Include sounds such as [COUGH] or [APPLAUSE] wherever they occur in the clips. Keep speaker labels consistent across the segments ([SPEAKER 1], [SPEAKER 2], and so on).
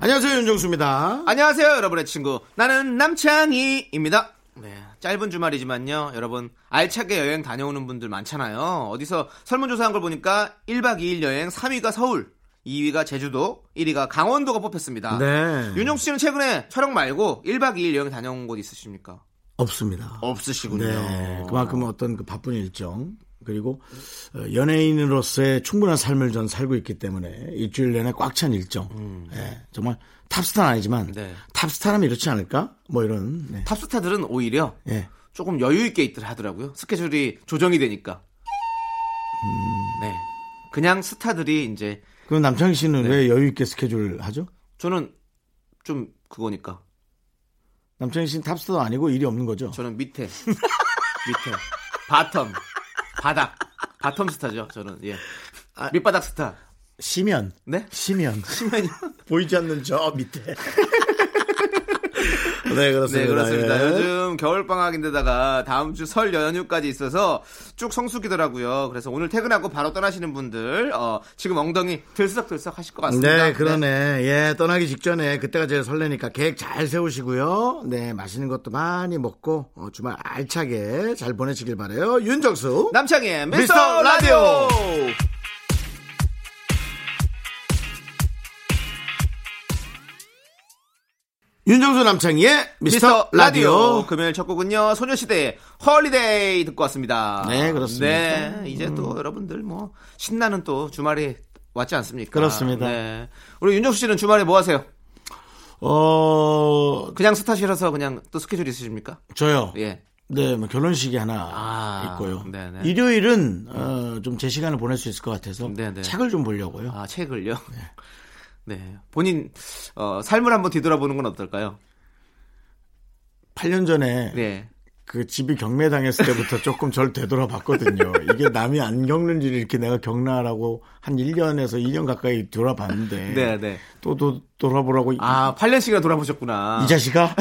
[SPEAKER 1] 안녕하세요 윤정수입니다.
[SPEAKER 2] 안녕하세요, 여러분의 친구. 나는 남창희입니다. 네, 짧은 주말이지만요, 여러분. 알차게 여행 다녀오는 분들 많잖아요. 어디서 설문조사한 걸 보니까 1박 2일 여행 3위가 서울, 2위가 제주도, 1위가 강원도가 뽑혔습니다.
[SPEAKER 1] 네.
[SPEAKER 2] 윤용 씨는 최근에 촬영 말고 1박 2일 여행 다녀온 곳 있으십니까?
[SPEAKER 1] 없습니다.
[SPEAKER 2] 어, 없으시군요.
[SPEAKER 1] 네. 그만큼 어떤 그 바쁜 일정 그리고 어, 연예인으로서의 충분한 삶을 전 살고 있기 때문에 일주일 내내 꽉 찬 일정. 예, 정말 탑스타는 아니지만
[SPEAKER 2] 네.
[SPEAKER 1] 탑스타라면 이렇지 않을까? 뭐 이런. 네.
[SPEAKER 2] 탑스타들은 오히려
[SPEAKER 1] 예.
[SPEAKER 2] 조금 여유 있게 있더라 하더라고요. 스케줄이 조정이 되니까.
[SPEAKER 1] 음.
[SPEAKER 2] 네. 그냥 스타들이 이제
[SPEAKER 1] 그럼 남창희 씨는 왜 여유 있게 스케줄 하죠?
[SPEAKER 2] 저는 좀 그거니까
[SPEAKER 1] 남창희 씨는 탑스타도 아니고 일이 없는 거죠.
[SPEAKER 2] 저는 밑에 밑에 바텀 바닥 바텀 스타죠 저는 예
[SPEAKER 1] 아.
[SPEAKER 2] 밑바닥 스타
[SPEAKER 1] 시면.
[SPEAKER 2] 네
[SPEAKER 1] 시면.
[SPEAKER 2] 심연이
[SPEAKER 1] 보이지 않는 저 밑에. [LAUGHS] 네, 그렇습니다.
[SPEAKER 2] 네 그렇습니다
[SPEAKER 1] 예.
[SPEAKER 2] 요즘 겨울 방학인데다가 다음 주 설 연휴까지 있어서 쭉 성수기더라고요 그래서 오늘 퇴근하고 바로 떠나시는 분들 어, 지금 엉덩이 들썩들썩 하실 것 같습니다
[SPEAKER 1] 네, 그러네. 예, 떠나기 직전에 그때가 제일 설레니까 계획 잘 세우시고요. 네, 맛있는 것도 많이 먹고 어, 주말 알차게 잘 보내시길 바래요. 윤정수.
[SPEAKER 2] 남창희의
[SPEAKER 1] 미스터
[SPEAKER 2] 미스터 라디오
[SPEAKER 1] 윤정수 남창희의 미스터 라디오.
[SPEAKER 2] 금요일 첫 곡은요 소녀시대의 헐리데이 듣고 왔습니다.
[SPEAKER 1] 네, 그렇습니다. 음.
[SPEAKER 2] 네, 이제 또 여러분들 뭐 신나는 또 주말이 왔지 않습니까?
[SPEAKER 1] 그렇습니다.
[SPEAKER 2] 네. 우리 윤정수 씨는 주말에 뭐 하세요?
[SPEAKER 1] 어,
[SPEAKER 2] 그냥 스타시라서 그냥 또 스케줄 있으십니까?
[SPEAKER 1] 저요.
[SPEAKER 2] 예.
[SPEAKER 1] 네, 뭐 결혼식이 하나
[SPEAKER 2] 아,
[SPEAKER 1] 있고요.
[SPEAKER 2] 네네.
[SPEAKER 1] 일요일은 어, 좀 제 시간을 보낼 수 있을 것 같아서
[SPEAKER 2] 네네.
[SPEAKER 1] 책을 좀 보려고요.
[SPEAKER 2] 아 책을요. [LAUGHS] 네. 본인 어, 삶을 한번 뒤돌아보는 건 어떨까요?
[SPEAKER 1] 8년 전에
[SPEAKER 2] 네.
[SPEAKER 1] 그 집이 경매당했을 때부터 조금 절 되돌아봤거든요. 이게 남이 안 겪는 일을 이렇게 내가 겪나라고 한 1년에서 2년 가까이 돌아봤는데
[SPEAKER 2] 네, 네.
[SPEAKER 1] 또, 또 돌아보라고 이-
[SPEAKER 2] 아, 8년씩이나 돌아보셨구나.
[SPEAKER 1] 이 자식아?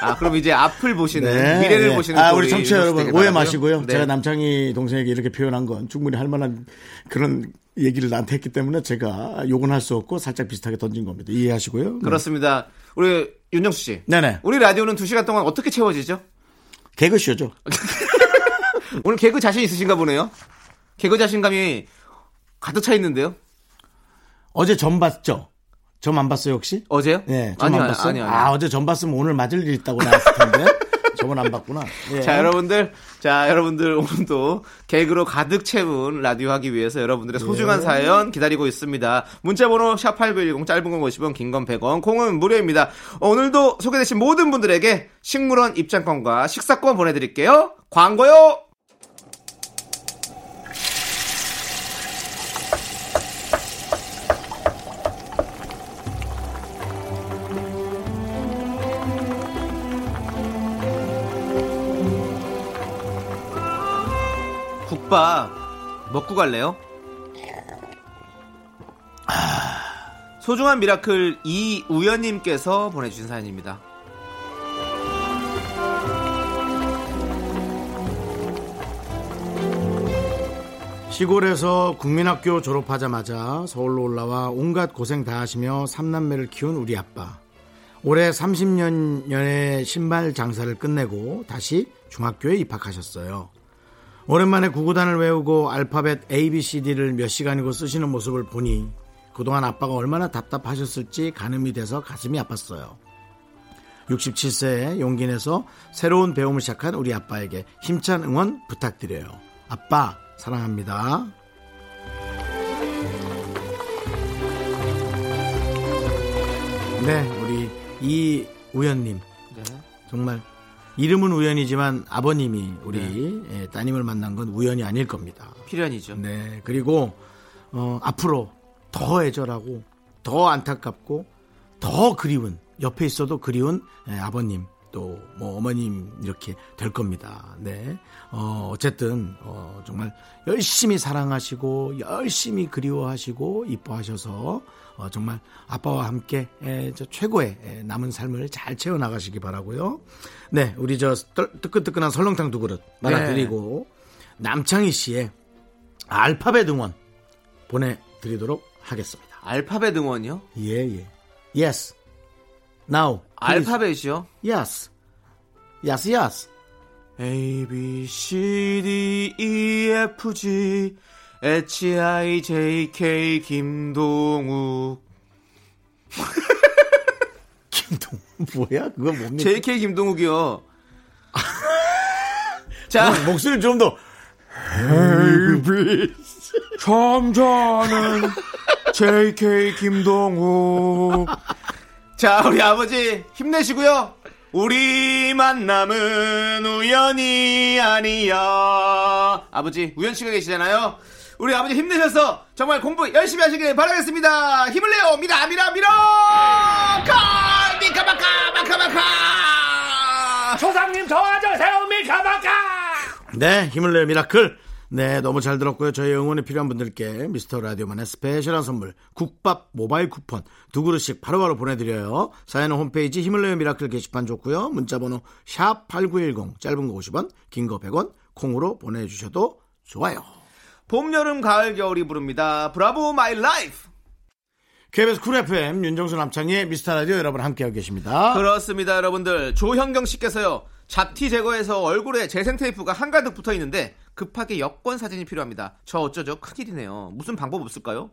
[SPEAKER 2] 아, 그럼 이제 앞을 보시는
[SPEAKER 1] 네,
[SPEAKER 2] 미래를
[SPEAKER 1] 네.
[SPEAKER 2] 보시는
[SPEAKER 1] 아,
[SPEAKER 2] 또
[SPEAKER 1] 우리 청취자
[SPEAKER 2] 윤정수
[SPEAKER 1] 여러분
[SPEAKER 2] 되게
[SPEAKER 1] 오해
[SPEAKER 2] 많았고요.
[SPEAKER 1] 마시고요.
[SPEAKER 2] 네.
[SPEAKER 1] 제가 남창희 동생에게 이렇게 표현한 건 충분히 할 만한 그런 얘기를 나한테 했기 때문에 제가 욕은 할 수 없고 살짝 비슷하게 던진 겁니다. 이해하시고요. 네.
[SPEAKER 2] 그렇습니다. 우리 윤정수 씨.
[SPEAKER 1] 네네.
[SPEAKER 2] 우리 라디오는 2시간 동안 어떻게 채워지죠?
[SPEAKER 1] 개그쇼죠.
[SPEAKER 2] 오늘 개그 자신 있으신가 보네요. 개그 자신감이 가득 차 있는데요.
[SPEAKER 1] 어제 점 봤죠? 점 안 봤어요, 혹시?
[SPEAKER 2] 어제요?
[SPEAKER 1] 네, 점
[SPEAKER 2] 아니요,
[SPEAKER 1] 안 봤어요?
[SPEAKER 2] 아니요, 아니요.
[SPEAKER 1] 아, 어제 점 봤으면 오늘 맞을 일 있다고 나왔을 텐데.
[SPEAKER 2] [LAUGHS]
[SPEAKER 1] 저번 안 봤구나. 예.
[SPEAKER 2] 자, 여러분들. 자, 여러분들 오늘도 개그로 가득 채운 라디오 하기 위해서 여러분들의 소중한
[SPEAKER 1] 네.
[SPEAKER 2] 사연 기다리고 있습니다. 문자 번호 샵8910 짧은 건 50원, 긴 건 100원, 콩은 무료입니다. 오늘도 소개되신 모든 분들에게 식물원 입장권과 식사권 보내 드릴게요. 광고요. 국밥 먹고 갈래요? 아, 소중한 미라클 이우연님께서 보내주신 사연입니다.
[SPEAKER 1] 시골에서 국민학교 졸업하자마자 서울로 올라와 온갖 고생 다 하시며 삼남매를 키운 우리 아빠. 올해 30년년의 신발 장사를 끝내고 다시 중학교에 입학하셨어요. 오랜만에 구구단을 외우고 알파벳 ABCD를 몇 시간이고 쓰시는 모습을 보니 그동안 아빠가 얼마나 답답하셨을지 가늠이 돼서 가슴이 아팠어요. 67세에 용기 내서 새로운 배움을 시작한 우리 아빠에게 힘찬 응원 부탁드려요. 아빠, 사랑합니다. 네, 우리 이우연님.
[SPEAKER 2] 네.
[SPEAKER 1] 정말 이름은 우연이지만 아버님이 우리 예, 따님을 만난 건 우연이 아닐 겁니다.
[SPEAKER 2] 필연이죠.
[SPEAKER 1] 네. 그리고 어, 앞으로 더 애절하고 더 안타깝고 더 그리운 옆에 있어도 그리운 예, 아버님 또 뭐 어머님 이렇게 될 겁니다. 네, 어, 어쨌든 어, 정말 열심히 사랑하시고 열심히 그리워하시고 이뻐하셔서 어, 정말 아빠와 함께 에, 저 최고의 에, 남은 삶을 잘 채워 나가시기 바라고요. 네, 우리 저 떨- 뜨끈뜨끈한 설렁탕 두 그릇 나눠드리고 남창희 씨의 알파벳 응원 보내드리도록 하겠습니다.
[SPEAKER 2] 알파벳 응원이요?
[SPEAKER 1] 예, 예. Yes. Now. please.
[SPEAKER 2] 알파벳이요?
[SPEAKER 1] Yes. Yes, yes. [LAUGHS]
[SPEAKER 2] A B C D E F G H I J K 김동욱
[SPEAKER 1] 김동 뭐야? 그건 뭡니까? [LAUGHS]
[SPEAKER 2] JK [LAUGHS] 김동욱이요. 자,
[SPEAKER 1] 아, 목소리 좀 더.
[SPEAKER 2] 점자
[SPEAKER 3] [LAUGHS]
[SPEAKER 2] 는 JK 김동욱. 자, 우리 아버지 힘내시고요. 우리 만남은 우연이 아니야. 아버지 우연 씨가 계시잖아요. 우리 아버지 힘내셔서 정말 공부 열심히 하시길 바라겠습니다. 힘을 내요. 미라 미라 미라. 가 미카마카 마카마카.
[SPEAKER 4] 조상님 도와주세요 미카마카
[SPEAKER 1] 네, 힘을 내요 미라클. 네, 너무 잘 들었고요. 저희 응원이 필요한 분들께 미스터 라디오만의 스페셜한 선물 국밥 모바일 쿠폰 두 그릇씩 바로바로 보내드려요. 사연은 홈페이지 힘을 내요 미라클 게시판 좋고요. 문자번호 샵 #8910 짧은 거 50원, 긴 거 100원 콩으로 보내주셔도 좋아요.
[SPEAKER 2] 봄 여름 가을 겨울이 부릅니다. 브라보 마이 라이프.
[SPEAKER 1] KBS 쿨 FM 윤정수 남창희의 미스터 라디오 여러분 함께하고 계십니다.
[SPEAKER 2] 그렇습니다, 여러분들. 조현경 씨께서요. 잡티 제거해서 얼굴에 재생 테이프가 한가득 붙어 있는데 급하게 여권 사진이 필요합니다. 저 어쩌죠? 큰일이네요. 무슨 방법 없을까요?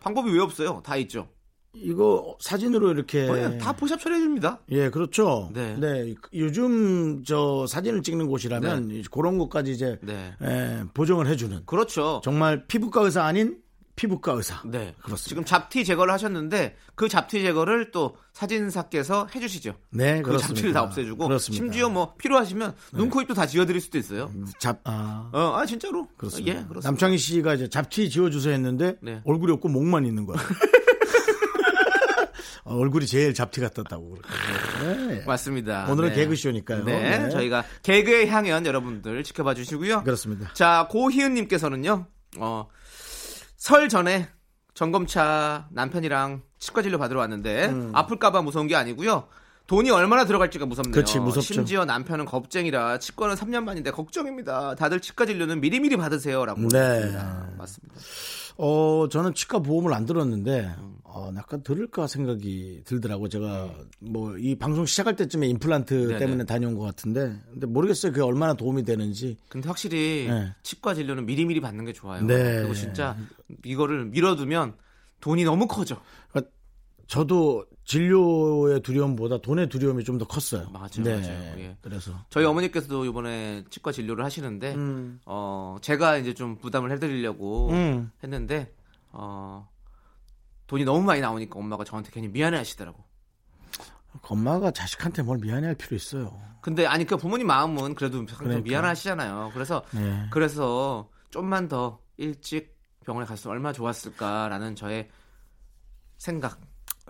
[SPEAKER 2] 방법이 왜 없어요? 다 있죠.
[SPEAKER 1] 이거 사진으로 이렇게
[SPEAKER 2] 네, 다 포샵 처리해 줍니다.
[SPEAKER 1] 예, 그렇죠. 네.
[SPEAKER 2] 네.
[SPEAKER 1] 요즘 저 사진을 찍는 곳이라면 이제 그런 것까지 이제
[SPEAKER 2] 네.
[SPEAKER 1] 예, 보정을 해주는
[SPEAKER 2] 그렇죠.
[SPEAKER 1] 정말 피부과 의사 아닌 피부과 의사.
[SPEAKER 2] 네.
[SPEAKER 1] 그렇습니다.
[SPEAKER 2] 지금 잡티 제거를 하셨는데 그 잡티 제거를 또 사진사께서 해 주시죠.
[SPEAKER 1] 네,
[SPEAKER 2] 그
[SPEAKER 1] 그렇습니다.
[SPEAKER 2] 잡티를 다 없애주고
[SPEAKER 1] 그렇습니다.
[SPEAKER 2] 심지어 뭐 필요하시면 눈, 코, 입도 다 지워드릴 수도 있어요.
[SPEAKER 1] 잡 아.
[SPEAKER 2] 어, 아 진짜로?
[SPEAKER 1] 그렇습니다.
[SPEAKER 2] 예, 그렇습니다.
[SPEAKER 1] 남창희 씨가 이제 잡티 지워주세요 했는데
[SPEAKER 2] 네.
[SPEAKER 1] 얼굴이 없고 목만
[SPEAKER 2] [LAUGHS]
[SPEAKER 1] 있는 거야. 어, 얼굴이 제일 잡티 같았다고. 그러더라고요. 네.
[SPEAKER 2] 맞습니다.
[SPEAKER 1] 오늘은
[SPEAKER 2] 네.
[SPEAKER 1] 개그쇼니까요.
[SPEAKER 2] 네,
[SPEAKER 1] 네.
[SPEAKER 2] 저희가 개그의 향연 여러분들 지켜봐 주시고요.
[SPEAKER 1] 그렇습니다.
[SPEAKER 2] 자, 고희은님께서는요, 어, 설 전에 점검차 남편이랑 치과 진료 받으러 왔는데
[SPEAKER 1] 음.
[SPEAKER 2] 아플까봐 무서운 게 아니고요. 돈이 얼마나 들어갈지가 무섭네요.
[SPEAKER 1] 그치, 무섭죠.
[SPEAKER 2] 심지어 남편은 겁쟁이라 치과는 3년 만인데 걱정입니다. 다들 치과 진료는 미리미리 받으세요라고.
[SPEAKER 1] 네.
[SPEAKER 2] 하셨습니다. 맞습니다.
[SPEAKER 1] 어, 저는 치과 보험을 안 들었는데, 어, 약간 들을까 생각이 들더라고. 제가 뭐 이 방송 시작할 때쯤에 임플란트
[SPEAKER 2] 네,
[SPEAKER 1] 때문에 다녀온 것 같은데, 근데 모르겠어요. 그게 얼마나 도움이 되는지.
[SPEAKER 2] 근데 확실히
[SPEAKER 1] 네.
[SPEAKER 2] 치과 진료는 미리미리 받는 게 좋아요.
[SPEAKER 1] 네.
[SPEAKER 2] 그리고 진짜 이거를 미뤄두면 돈이 너무 커져.
[SPEAKER 1] 그러니까 저도 진료의 두려움보다 돈의 두려움이 좀 더 컸어요. 네.
[SPEAKER 2] 맞아요, 맞아요. 예.
[SPEAKER 1] 그래서.
[SPEAKER 2] 저희 어머니께서도 이번에 치과 진료를 하시는데 어 제가 이제 좀 부담을 해드리려고
[SPEAKER 1] 음.
[SPEAKER 2] 했는데 어 돈이 너무 많이 나오니까 엄마가 저한테 괜히 미안해하시더라고.
[SPEAKER 1] 엄마가 자식한테 뭘 미안해할 필요 있어요.
[SPEAKER 2] 근데 아니 그 부모님 마음은 그래도 항상
[SPEAKER 1] 그러니까.
[SPEAKER 2] 미안하시잖아요. 그래서
[SPEAKER 1] 네.
[SPEAKER 2] 그래서 좀만 더 일찍 병원에 갔으면 얼마나 좋았을까라는 저의 생각.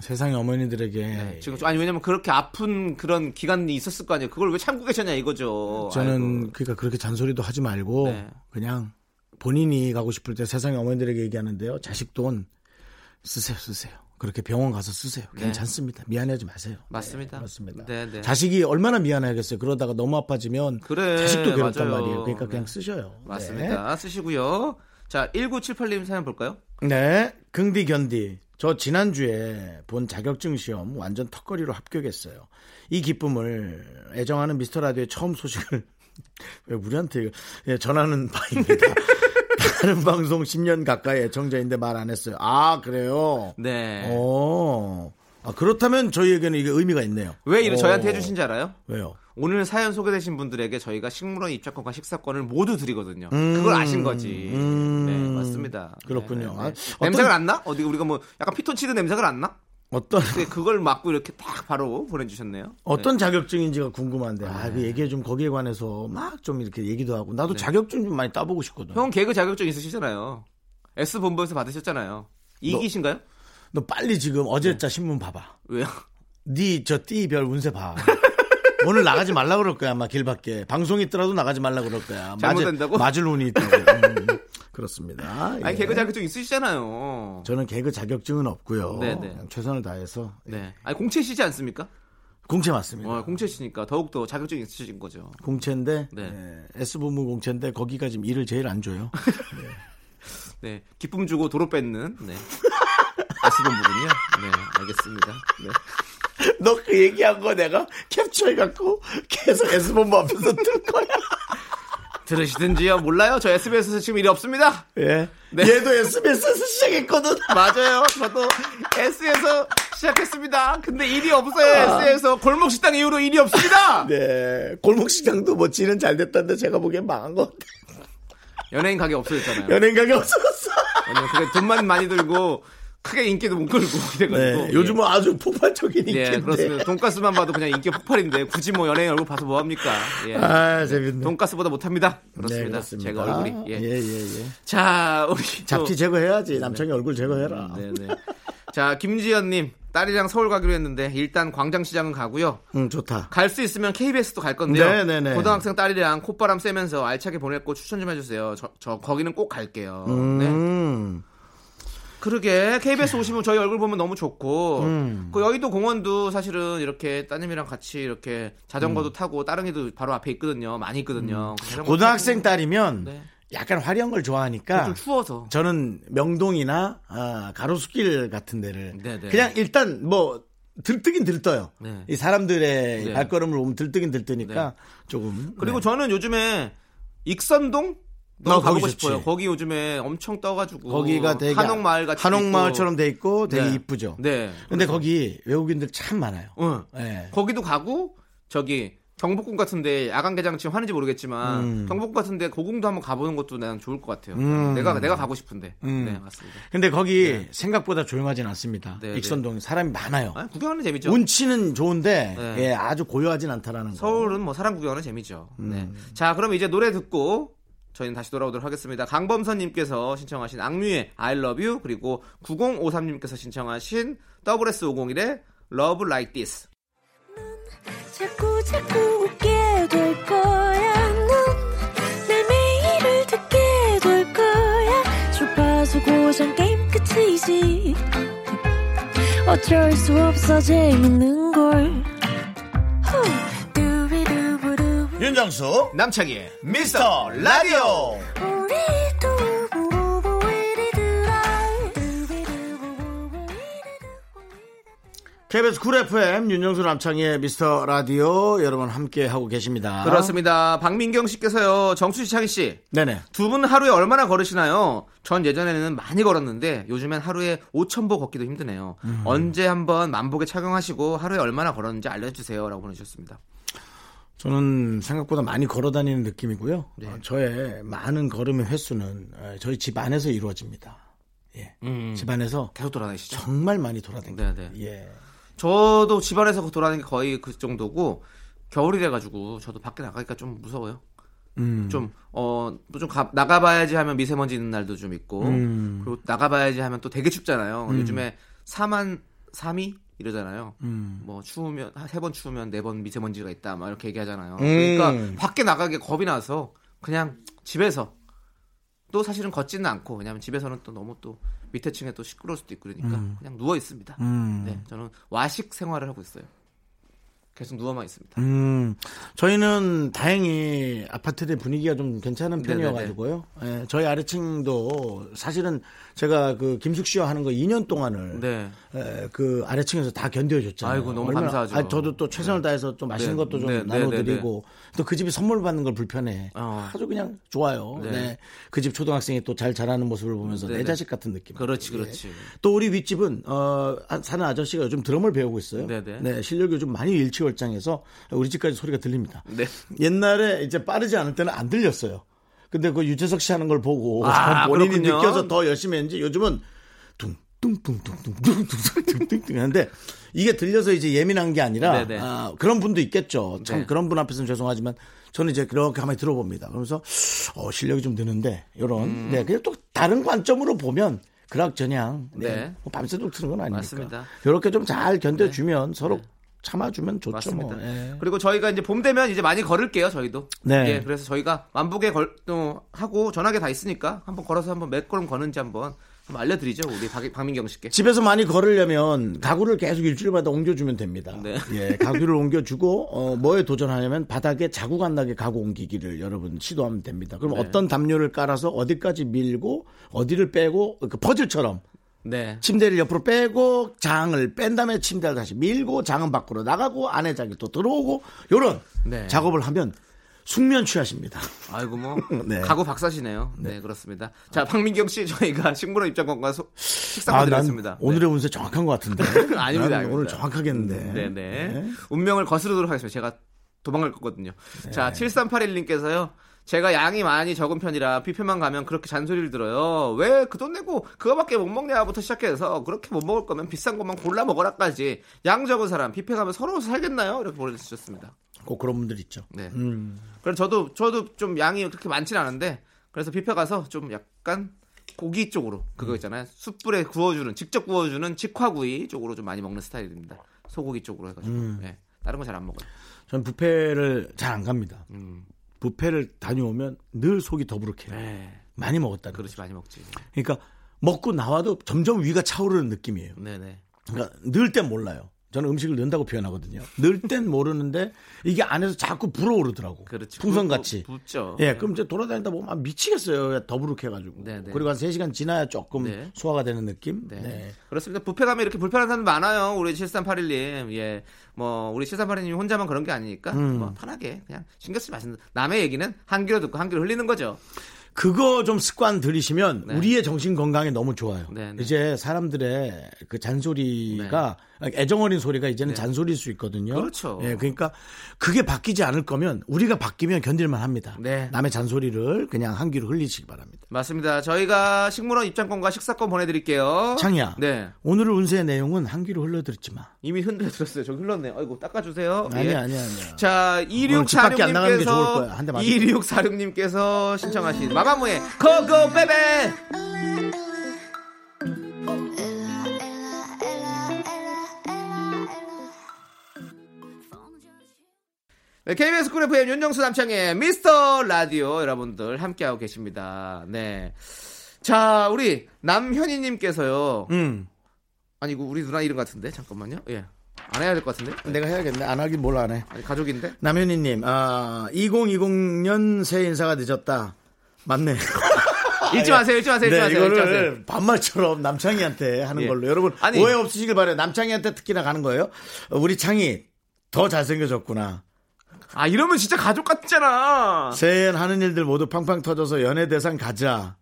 [SPEAKER 1] 세상의 어머니들에게
[SPEAKER 2] 네, 지금 좀- 아니 왜냐면 그렇게 아픈 그런 기간이 있었을 거 아니에요. 그걸 왜 참고 계셨냐 이거죠.
[SPEAKER 1] 저는
[SPEAKER 2] 아이고.
[SPEAKER 1] 그러니까 그렇게 잔소리도 하지 말고
[SPEAKER 2] 네.
[SPEAKER 1] 그냥 본인이 가고 싶을 때 세상의 어머니들에게 얘기하는데요. 자식 돈 쓰세요, 쓰세요. 그렇게 병원 가서 쓰세요. 괜찮습니다. 미안해하지 마세요.
[SPEAKER 2] 네. 맞습니다.
[SPEAKER 1] 네, 맞습니다.
[SPEAKER 2] 네, 네.
[SPEAKER 1] 자식이 얼마나 미안하겠어요. 그러다가 너무 아파지면
[SPEAKER 2] 그래,
[SPEAKER 1] 자식도 괴롭단
[SPEAKER 2] 맞아요.
[SPEAKER 1] 말이에요. 그러니까 그냥
[SPEAKER 2] 네.
[SPEAKER 1] 쓰셔요.
[SPEAKER 2] 맞습니다. 쓰시고요. 자, 1978님 사연 볼까요?
[SPEAKER 1] 네. 네. 긍디 견디. 저 지난주에 본 자격증 시험 완전 턱걸이로 합격했어요. 이 기쁨을 애정하는 미스터 라디오의 처음 소식을 [LAUGHS] 왜 우리한테 예, 전하는 바입니다. [LAUGHS] 다른 방송 10년 가까이 애청자인데 말 안 했어요. 아, 그래요?
[SPEAKER 2] 네.
[SPEAKER 1] 어. 아, 그렇다면 저희에게는 이게 의미가 있네요.
[SPEAKER 2] 왜 이를
[SPEAKER 1] 어.
[SPEAKER 2] 저희한테 해주신지 알아요?
[SPEAKER 1] 왜요?
[SPEAKER 2] 오늘 사연 소개되신 분들에게 저희가 식물원 입장권과 식사권을 모두 드리거든요. 그걸 아신 거지. 네, 맞습니다.
[SPEAKER 1] 음. 그렇군요.
[SPEAKER 2] 네,
[SPEAKER 1] 아,
[SPEAKER 2] 네, 네.
[SPEAKER 1] 어떤-
[SPEAKER 2] 냄새가 안 나? 어디 우리가 뭐 약간 피톤치드 냄새가 안 나?
[SPEAKER 1] 어떤
[SPEAKER 2] 근데 그걸 막고 이렇게 딱 바로 보내주셨네요.
[SPEAKER 1] 어떤 자격증인지가 궁금한데 아,
[SPEAKER 2] 네.
[SPEAKER 1] 그 얘기해 좀 거기에 관해서 막 좀 이렇게 얘기도 하고 나도 자격증 좀 많이 따보고 싶거든.
[SPEAKER 2] 형 개그 자격증 있으시잖아요. S 본부에서 받으셨잖아요. 이기신가요?
[SPEAKER 1] 너 빨리 지금 어제자 신문 봐봐.
[SPEAKER 2] 왜요?
[SPEAKER 1] 네 저 띠별 운세 봐. [LAUGHS] 오늘 나가지 말라 그럴 거야 아마 길밖에 방송 있더라도 나가지 말라 그럴 거야.
[SPEAKER 2] 잘못된다고?
[SPEAKER 1] 맞을 운이 [LAUGHS] 있다고. 음, 그렇습니다.
[SPEAKER 2] 아니
[SPEAKER 1] 예.
[SPEAKER 2] 개그 자격증 있으시잖아요.
[SPEAKER 1] 저는 개그 자격증은 없고요.
[SPEAKER 2] 네, 네.
[SPEAKER 1] 그냥 최선을 다해서
[SPEAKER 2] 네. 아니 공채 시지 않습니까?
[SPEAKER 1] 공채 맞습니다.
[SPEAKER 2] 어, 공채 시니까 더욱 더 자격증 있으신 거죠.
[SPEAKER 1] 공채인데
[SPEAKER 2] 네.
[SPEAKER 1] 예, S본부 공채인데 거기가 지금 일을 제일 안 줘요.
[SPEAKER 2] 네. 기쁨 주고 도로 뺏는
[SPEAKER 1] [LAUGHS]
[SPEAKER 2] 네. 아시는 분이요. 네. 알겠습니다. 네.
[SPEAKER 1] [LAUGHS] 너 그 얘기한 거 내가 캡처해갖고 계속 S본부 앞에서 뜰 거야.
[SPEAKER 2] 들으시든지요. 몰라요. 저 SBS에서 지금 일이 없습니다.
[SPEAKER 1] 예.
[SPEAKER 2] 네.
[SPEAKER 1] 얘도 SBS에서 시작했거든.
[SPEAKER 2] 맞아요. 저도 S에서 시작했습니다. 근데 일이 없어요. S에서 골목 식당 이후로 일이 없습니다.
[SPEAKER 1] 아. [LAUGHS] 네. 골목시장도 뭐 지는 잘 됐다는데 제가 보기엔 망한 것 같아.
[SPEAKER 2] 연예인 가게 없어졌잖아요.
[SPEAKER 1] 연예인 가게 없어졌어.
[SPEAKER 2] 왜냐면 그게 돈만 많이 들고 크게 인기도 못 끌고 [LAUGHS] 이래가지고
[SPEAKER 1] 네. 요즘은 아주 폭발적인
[SPEAKER 2] 예,
[SPEAKER 1] 인기인데.
[SPEAKER 2] 예, 그렇습니다. 돈가스만 봐도 그냥 인기 폭발인데 굳이 뭐 연예인 얼굴 봐서 뭐 합니까? 예.
[SPEAKER 1] 아, 재밌네.
[SPEAKER 2] 돈가스보다 못합니다.
[SPEAKER 1] 네,
[SPEAKER 2] 그렇습니다.
[SPEAKER 1] 그렇습니다.
[SPEAKER 2] 제가 얼굴이. 예.
[SPEAKER 1] 예, 예, 예.
[SPEAKER 2] 자, 우리 또-
[SPEAKER 1] 잡티 제거해야지. 남창이 얼굴 제거해라.
[SPEAKER 2] 네, 네. 자, 김지연님 딸이랑 서울 가기로 했는데 일단 광장시장은 가고요.
[SPEAKER 1] 응, 좋다.
[SPEAKER 2] 갈 수 있으면 KBS도 갈 건데요.
[SPEAKER 1] 네, 네, 네.
[SPEAKER 2] 고등학생 딸이랑 콧바람 쐬면서 알차게 보냈고 추천 좀 해주세요. 저, 저 거기는 꼭 갈게요. 네.
[SPEAKER 1] 음.
[SPEAKER 2] 그러게 KBS 오시면 저희 얼굴 보면 너무 좋고
[SPEAKER 1] 음.
[SPEAKER 2] 그 여의도 공원도 사실은 이렇게 따님이랑 같이 이렇게 자전거도 타고 따릉이도 바로 앞에 있거든요. 많이 있거든요. 그 자전거
[SPEAKER 1] 음. 고등학생
[SPEAKER 2] 타고
[SPEAKER 1] 딸이면
[SPEAKER 2] 네.
[SPEAKER 1] 약간 화려한 걸 좋아하니까
[SPEAKER 2] 좀 추워서
[SPEAKER 1] 저는 명동이나 아, 가로수길 같은 데를
[SPEAKER 2] 네네.
[SPEAKER 1] 그냥 일단 뭐 들뜨긴 들떠요.
[SPEAKER 2] 네.
[SPEAKER 1] 이 사람들의
[SPEAKER 2] 네.
[SPEAKER 1] 발걸음을 보면 들뜨긴 들뜨니까 조금
[SPEAKER 2] 그리고
[SPEAKER 1] 네.
[SPEAKER 2] 저는 요즘에 익선동 너무
[SPEAKER 1] 어, 거기
[SPEAKER 2] 가보고
[SPEAKER 1] 좋지.
[SPEAKER 2] 싶어요. 거기 요즘에 엄청 떠가지고
[SPEAKER 1] 거기가 되게
[SPEAKER 2] 한옥마을 같이
[SPEAKER 1] 처럼돼 있고 되게 이쁘죠.
[SPEAKER 2] 네.
[SPEAKER 1] 근데 거기 외국인들 참 많아요.
[SPEAKER 2] 응.
[SPEAKER 1] 예.
[SPEAKER 2] 거기도 가고 저기 경복궁 같은데 야간 개장 지금 하는지 모르겠지만
[SPEAKER 1] 음.
[SPEAKER 2] 경복궁 같은데 고궁도 한번 가보는 것도 난 좋을 것 같아요. 내가 내가 가고 싶은데.
[SPEAKER 1] 음.
[SPEAKER 2] 네 맞습니다.
[SPEAKER 1] 근데 거기 생각보다 조용하진 않습니다.
[SPEAKER 2] 네,
[SPEAKER 1] 익선동 사람이 많아요.
[SPEAKER 2] 아, 구경하는 재미죠.
[SPEAKER 1] 운치는 좋은데
[SPEAKER 2] 네.
[SPEAKER 1] 예, 아주 고요하진 않다라는 거.
[SPEAKER 2] 서울은 뭐 사람 구경하는 재미죠. 네. 자 그럼 이제 노래 듣고 저희는 다시 돌아오도록 하겠습니다. 강범선님께서 신청하신 악뮤의 I Love You 그리고 9053님께서 신청하신 WS501의 Love Like This.
[SPEAKER 5] 자꾸 자꾸 웃게 될 거야. 넌내 매일을 듣게 될 거야. 주파수 고정 게임 끝이지. 어쩔 수 없어 재밌는 걸. 후. 두비두부두.
[SPEAKER 1] 윤정수
[SPEAKER 2] 남창희의
[SPEAKER 1] 미스터 라디오.
[SPEAKER 5] 우리 두부부부 우리들아. 두비두부부부 우리들아.
[SPEAKER 1] KBS 쿨 FM 윤정수 남창희의 미스터 라디오 여러분 함께 하고 계십니다.
[SPEAKER 2] 그렇습니다. 박민경 씨께서요 정수 씨 창희 씨
[SPEAKER 1] 네네.
[SPEAKER 2] 두 분 하루에 얼마나 걸으시나요? 전 예전에는 많이 걸었는데 요즘엔 하루에 5천 보 걷기도 힘드네요. 언제 한번 만복에 착용하시고 하루에 얼마나 걸었는지 알려주세요라고 보내주셨습니다.
[SPEAKER 1] 저는 생각보다 많이 걸어 다니는 느낌이고요.
[SPEAKER 2] 네.
[SPEAKER 1] 어, 저의 많은 걸음의 횟수는 어, 저희 집 안에서 이루어집니다. 예.
[SPEAKER 2] 음.
[SPEAKER 1] 집 안에서
[SPEAKER 2] 계속 돌아다니시죠?
[SPEAKER 1] 정말 많이 돌아다니다.
[SPEAKER 2] 네네.
[SPEAKER 1] 예.
[SPEAKER 2] 저도 집안에서 돌아다니는 게 거의 그 정도고 겨울이 돼가지고 저도 밖에 나가니까 좀 무서워요.
[SPEAKER 1] 음.
[SPEAKER 2] 좀, 어, 또 좀 가- 나가봐야지 하면 미세먼지 있는 날도 좀 있고,
[SPEAKER 1] 음.
[SPEAKER 2] 그리고 나가봐야지 하면 또 되게 춥잖아요. 요즘에 4만, 3위? 이러잖아요.
[SPEAKER 1] 음.
[SPEAKER 2] 뭐, 추우면, 세 번 추우면 네 번 미세먼지가 있다, 막 이렇게 얘기하잖아요. 그러니까 밖에 나가게 겁이 나서 그냥 집에서 또 사실은 걷지는 않고, 왜냐면 집에서는 또 너무 또 밑에 층에 또 시끄러울 수도 있고 그러니까 그냥 누워 있습니다. 네, 저는 와식 생활을 하고 있어요. 계속 누워만 있습니다.
[SPEAKER 1] 음, 저희는 다행히 아파트의 분위기가 좀 괜찮은
[SPEAKER 2] 네네네.
[SPEAKER 1] 편이어가지고요. 예, 저희 아래층도 사실은 제가 그 김숙 씨와 하는 거 2년 동안을
[SPEAKER 2] 네.
[SPEAKER 1] 에, 그 아래층에서 다 견뎌줬잖아요.
[SPEAKER 2] 아이고, 너무 감사하죠.
[SPEAKER 1] 아니, 저도 또 최선을 다해서 좀 맛있는
[SPEAKER 2] 네.
[SPEAKER 1] 것도 좀
[SPEAKER 2] 네, 네,
[SPEAKER 1] 나눠드리고 또 그 집이 선물 받는 걸 불편해.
[SPEAKER 2] 어.
[SPEAKER 1] 아주 그냥 좋아요.
[SPEAKER 2] 네.
[SPEAKER 1] 네. 그 집 초등학생이 또 잘 자라는 모습을 보면서
[SPEAKER 2] 네,
[SPEAKER 1] 내
[SPEAKER 2] 네.
[SPEAKER 1] 자식 같은 느낌.
[SPEAKER 2] 그렇지, 그렇지.
[SPEAKER 1] 또 우리 윗집은 어, 아, 사는 아저씨가 요즘 드럼을 배우고 있어요.
[SPEAKER 2] 네, 네.
[SPEAKER 1] 실력이 요즘 많이 일치월장해서 우리 집까지 소리가 들립니다.
[SPEAKER 2] 네.
[SPEAKER 1] 옛날에 이제 빠르지 않을 때는 안 들렸어요. 근데 그 유재석 씨 하는 걸 보고
[SPEAKER 2] 아,
[SPEAKER 1] 본인이
[SPEAKER 2] 그렇군요.
[SPEAKER 1] 느껴서 더 열심히 했는지 요즘은 둥둥둥둥둥둥둥둥둥둥 하는데 이게 들려서 이제 예민한 게 아니라
[SPEAKER 2] 네네.
[SPEAKER 1] 아, 그런 분도 있겠죠. 참
[SPEAKER 2] 네.
[SPEAKER 1] 그런 분 앞에서는 죄송하지만 저는 이제 그렇게 한번
[SPEAKER 2] 음.
[SPEAKER 1] 들어봅니다. 그러면서 어, 실력이 좀 느는데 이런 네 그냥 또 다른 관점으로 보면 그락저냥 네.
[SPEAKER 2] 네.
[SPEAKER 1] 뭐 밤새도록 트는 건 아니니까.
[SPEAKER 2] 맞습니다. 네.
[SPEAKER 1] 이렇게 좀 잘 견뎌주면 서로 참아주면 좋죠
[SPEAKER 2] 맞습니다.
[SPEAKER 1] 뭐. 예.
[SPEAKER 2] 그리고 저희가 이제 봄 되면 이제 많이 걸을게요, 저희도.
[SPEAKER 1] 네.
[SPEAKER 2] 예, 그래서 저희가 만북에 걸, 또 하고 전화기 다 있으니까 한번 걸어서 한번 몇 걸음 거는지 한번, 한번 알려드리죠, 우리 박, 박민경 씨께.
[SPEAKER 1] 집에서 많이 걸으려면 가구를 계속 일주일마다 옮겨주면 됩니다.
[SPEAKER 2] 네.
[SPEAKER 1] 예, 가구를 옮겨주고 어, 뭐에 도전하냐면 바닥에 자국 안 나게 가구 옮기기를 여러분 시도하면 됩니다.
[SPEAKER 2] 네.
[SPEAKER 1] 그럼 어떤 담요를 깔아서 어디까지 밀고 어디를 빼고 그 퍼즐처럼
[SPEAKER 2] 네.
[SPEAKER 1] 침대를 옆으로 빼고 장을 뺀 다음에 침대를 다시 밀고 장은 밖으로 나가고 안에 장이 또 들어오고 요런
[SPEAKER 2] 네.
[SPEAKER 1] 작업을 하면 숙면
[SPEAKER 2] [LAUGHS]
[SPEAKER 1] 취하십니다.
[SPEAKER 2] 아이고 뭐
[SPEAKER 1] [LAUGHS] 네.
[SPEAKER 2] 가구 박사시네요. 네. 그렇습니다. 자 박민경 씨 저희가 식물원 입장권과 소- 식사
[SPEAKER 1] 아, 난
[SPEAKER 2] 드렸습니다. 네.
[SPEAKER 1] 오늘의 운세 정확한 것 같은데.
[SPEAKER 2] [LAUGHS] 아닙니다,
[SPEAKER 1] 난 오늘
[SPEAKER 2] 아닙니다.
[SPEAKER 1] 정확하겠는데.
[SPEAKER 2] 네네. 운명을 거스르도록 하겠습니다. 제가 도망갈 거거든요. 자, 7381님께서요. 제가 양이 많이 적은 편이라 뷔페만 가면 그렇게 잔소리를 들어요. 왜 그 돈 내고 그거밖에 못 먹냐부터 시작해서 그렇게 못 먹을 거면 비싼 것만 골라 먹어라까지 양 적은 사람 뷔페 가면 서러워서 살겠나요? 이렇게 보내주셨습니다.
[SPEAKER 1] 꼭 그런 분들 있죠.
[SPEAKER 2] 네. 그래서 저도 저도 좀 양이 그렇게 많지는 않은데 그래서 뷔페 가서 좀 약간 고기 쪽으로 그거 있잖아요. 숯불에 구워주는 직접 구워주는 직화구이 쪽으로 좀 많이 먹는 스타일입니다. 소고기 쪽으로 해가지고 예. 다른 거 잘 안 먹어요.
[SPEAKER 1] 전 부페를 잘 안 갑니다. 부페를 다녀오면 늘 속이 더부룩해요.
[SPEAKER 2] 음. 네.
[SPEAKER 1] 많이 먹었다는
[SPEAKER 2] 그릇이
[SPEAKER 1] 거죠.
[SPEAKER 2] 많이 먹지.
[SPEAKER 1] 그러니까 먹고 나와도 점점 위가 차오르는 느낌이에요.
[SPEAKER 2] 네네.
[SPEAKER 1] 그러니까 늘 땐 몰라요. 저는 음식을 넣는다고 표현하거든요. 늘 땐 모르는데 이게 안에서 자꾸 불어오르더라고.
[SPEAKER 2] 그렇죠.
[SPEAKER 1] 풍선같이.
[SPEAKER 2] 붓- 붓죠.
[SPEAKER 1] 예, 그럼 이제 돌아다니다 보면 아, 미치겠어요. 더부룩해가지고.
[SPEAKER 2] 네, 네.
[SPEAKER 1] 그리고 한 3시간 지나야 조금
[SPEAKER 2] 네.
[SPEAKER 1] 소화가 되는 느낌?
[SPEAKER 2] 네.
[SPEAKER 1] 네.
[SPEAKER 2] 그렇습니다. 부페 가면 이렇게 불편한 사람 많아요. 우리 7381님. 예. 뭐, 우리 7381님 혼자만 그런 게 아니니까. 뭐, 편하게. 그냥 신경 쓰지 마시는. 남의 얘기는 한 귀로 듣고 한 귀로 흘리는 거죠.
[SPEAKER 1] 그거 좀 습관 들이시면
[SPEAKER 2] 네.
[SPEAKER 1] 우리의 정신 건강에 너무 좋아요.
[SPEAKER 2] 네, 네.
[SPEAKER 1] 이제 사람들의 그 잔소리가 애정어린 소리가 이제는 잔소리일 수 있거든요.
[SPEAKER 2] 네. 그렇죠.
[SPEAKER 1] 예, 그러니까 그게 바뀌지 않을 거면 우리가 바뀌면 견딜만 합니다.
[SPEAKER 2] 네.
[SPEAKER 1] 남의 잔소리를 그냥 한 귀로 흘리시기 바랍니다.
[SPEAKER 2] 맞습니다. 저희가 식물원 입장권과 식사권 보내드릴게요.
[SPEAKER 1] 창희야.
[SPEAKER 2] 네.
[SPEAKER 1] 오늘 운세의 내용은 한 귀로 흘러들었지 마.
[SPEAKER 2] 이미 흔들렸어요. 저기 흘렀네요. 아이고, 닦아주세요.
[SPEAKER 1] 아니야,
[SPEAKER 2] 예.
[SPEAKER 1] 아니야, 아니야.
[SPEAKER 2] 자,
[SPEAKER 1] 집 밖에 안 나가는 게 좋을 거야. 한
[SPEAKER 2] 2646님께서,
[SPEAKER 1] 대 맞아.
[SPEAKER 2] 2646님께서 신청하신 마마무의 고고 베베! 네, KBS 쿨 FM 윤정수 남창의 미스터 라디오 여러분들 함께하고 계십니다. 네. 자, 우리 남현희님께서요.
[SPEAKER 1] 음.
[SPEAKER 2] 아니, 이거 우리 누나 이름 같은데? 잠깐만요. 예. 안 해야 될 것 같은데?
[SPEAKER 1] 내가 해야겠네. 안 하긴 뭘 안 해.
[SPEAKER 2] 아니, 가족인데?
[SPEAKER 1] 남현희님, 아, 2020년 새해 인사가 늦었다. 맞네.
[SPEAKER 2] 잊지 마세요, 잊지 마세요, 잊지
[SPEAKER 1] 아, 네,
[SPEAKER 2] 마세요. 잊지 마세요.
[SPEAKER 1] 이거를 반말처럼 남창희한테 하는
[SPEAKER 2] 예.
[SPEAKER 1] 걸로 여러분
[SPEAKER 2] 아니.
[SPEAKER 1] 오해 없으시길 바래요. 남창희한테 특히나 가는 거예요. 어, 우리 창희 더 잘생겨졌구나.
[SPEAKER 2] 아, 이러면 진짜 가족 같잖아.
[SPEAKER 1] 새해엔 하는 일들 모두 팡팡 터져서 연예 대상 가자.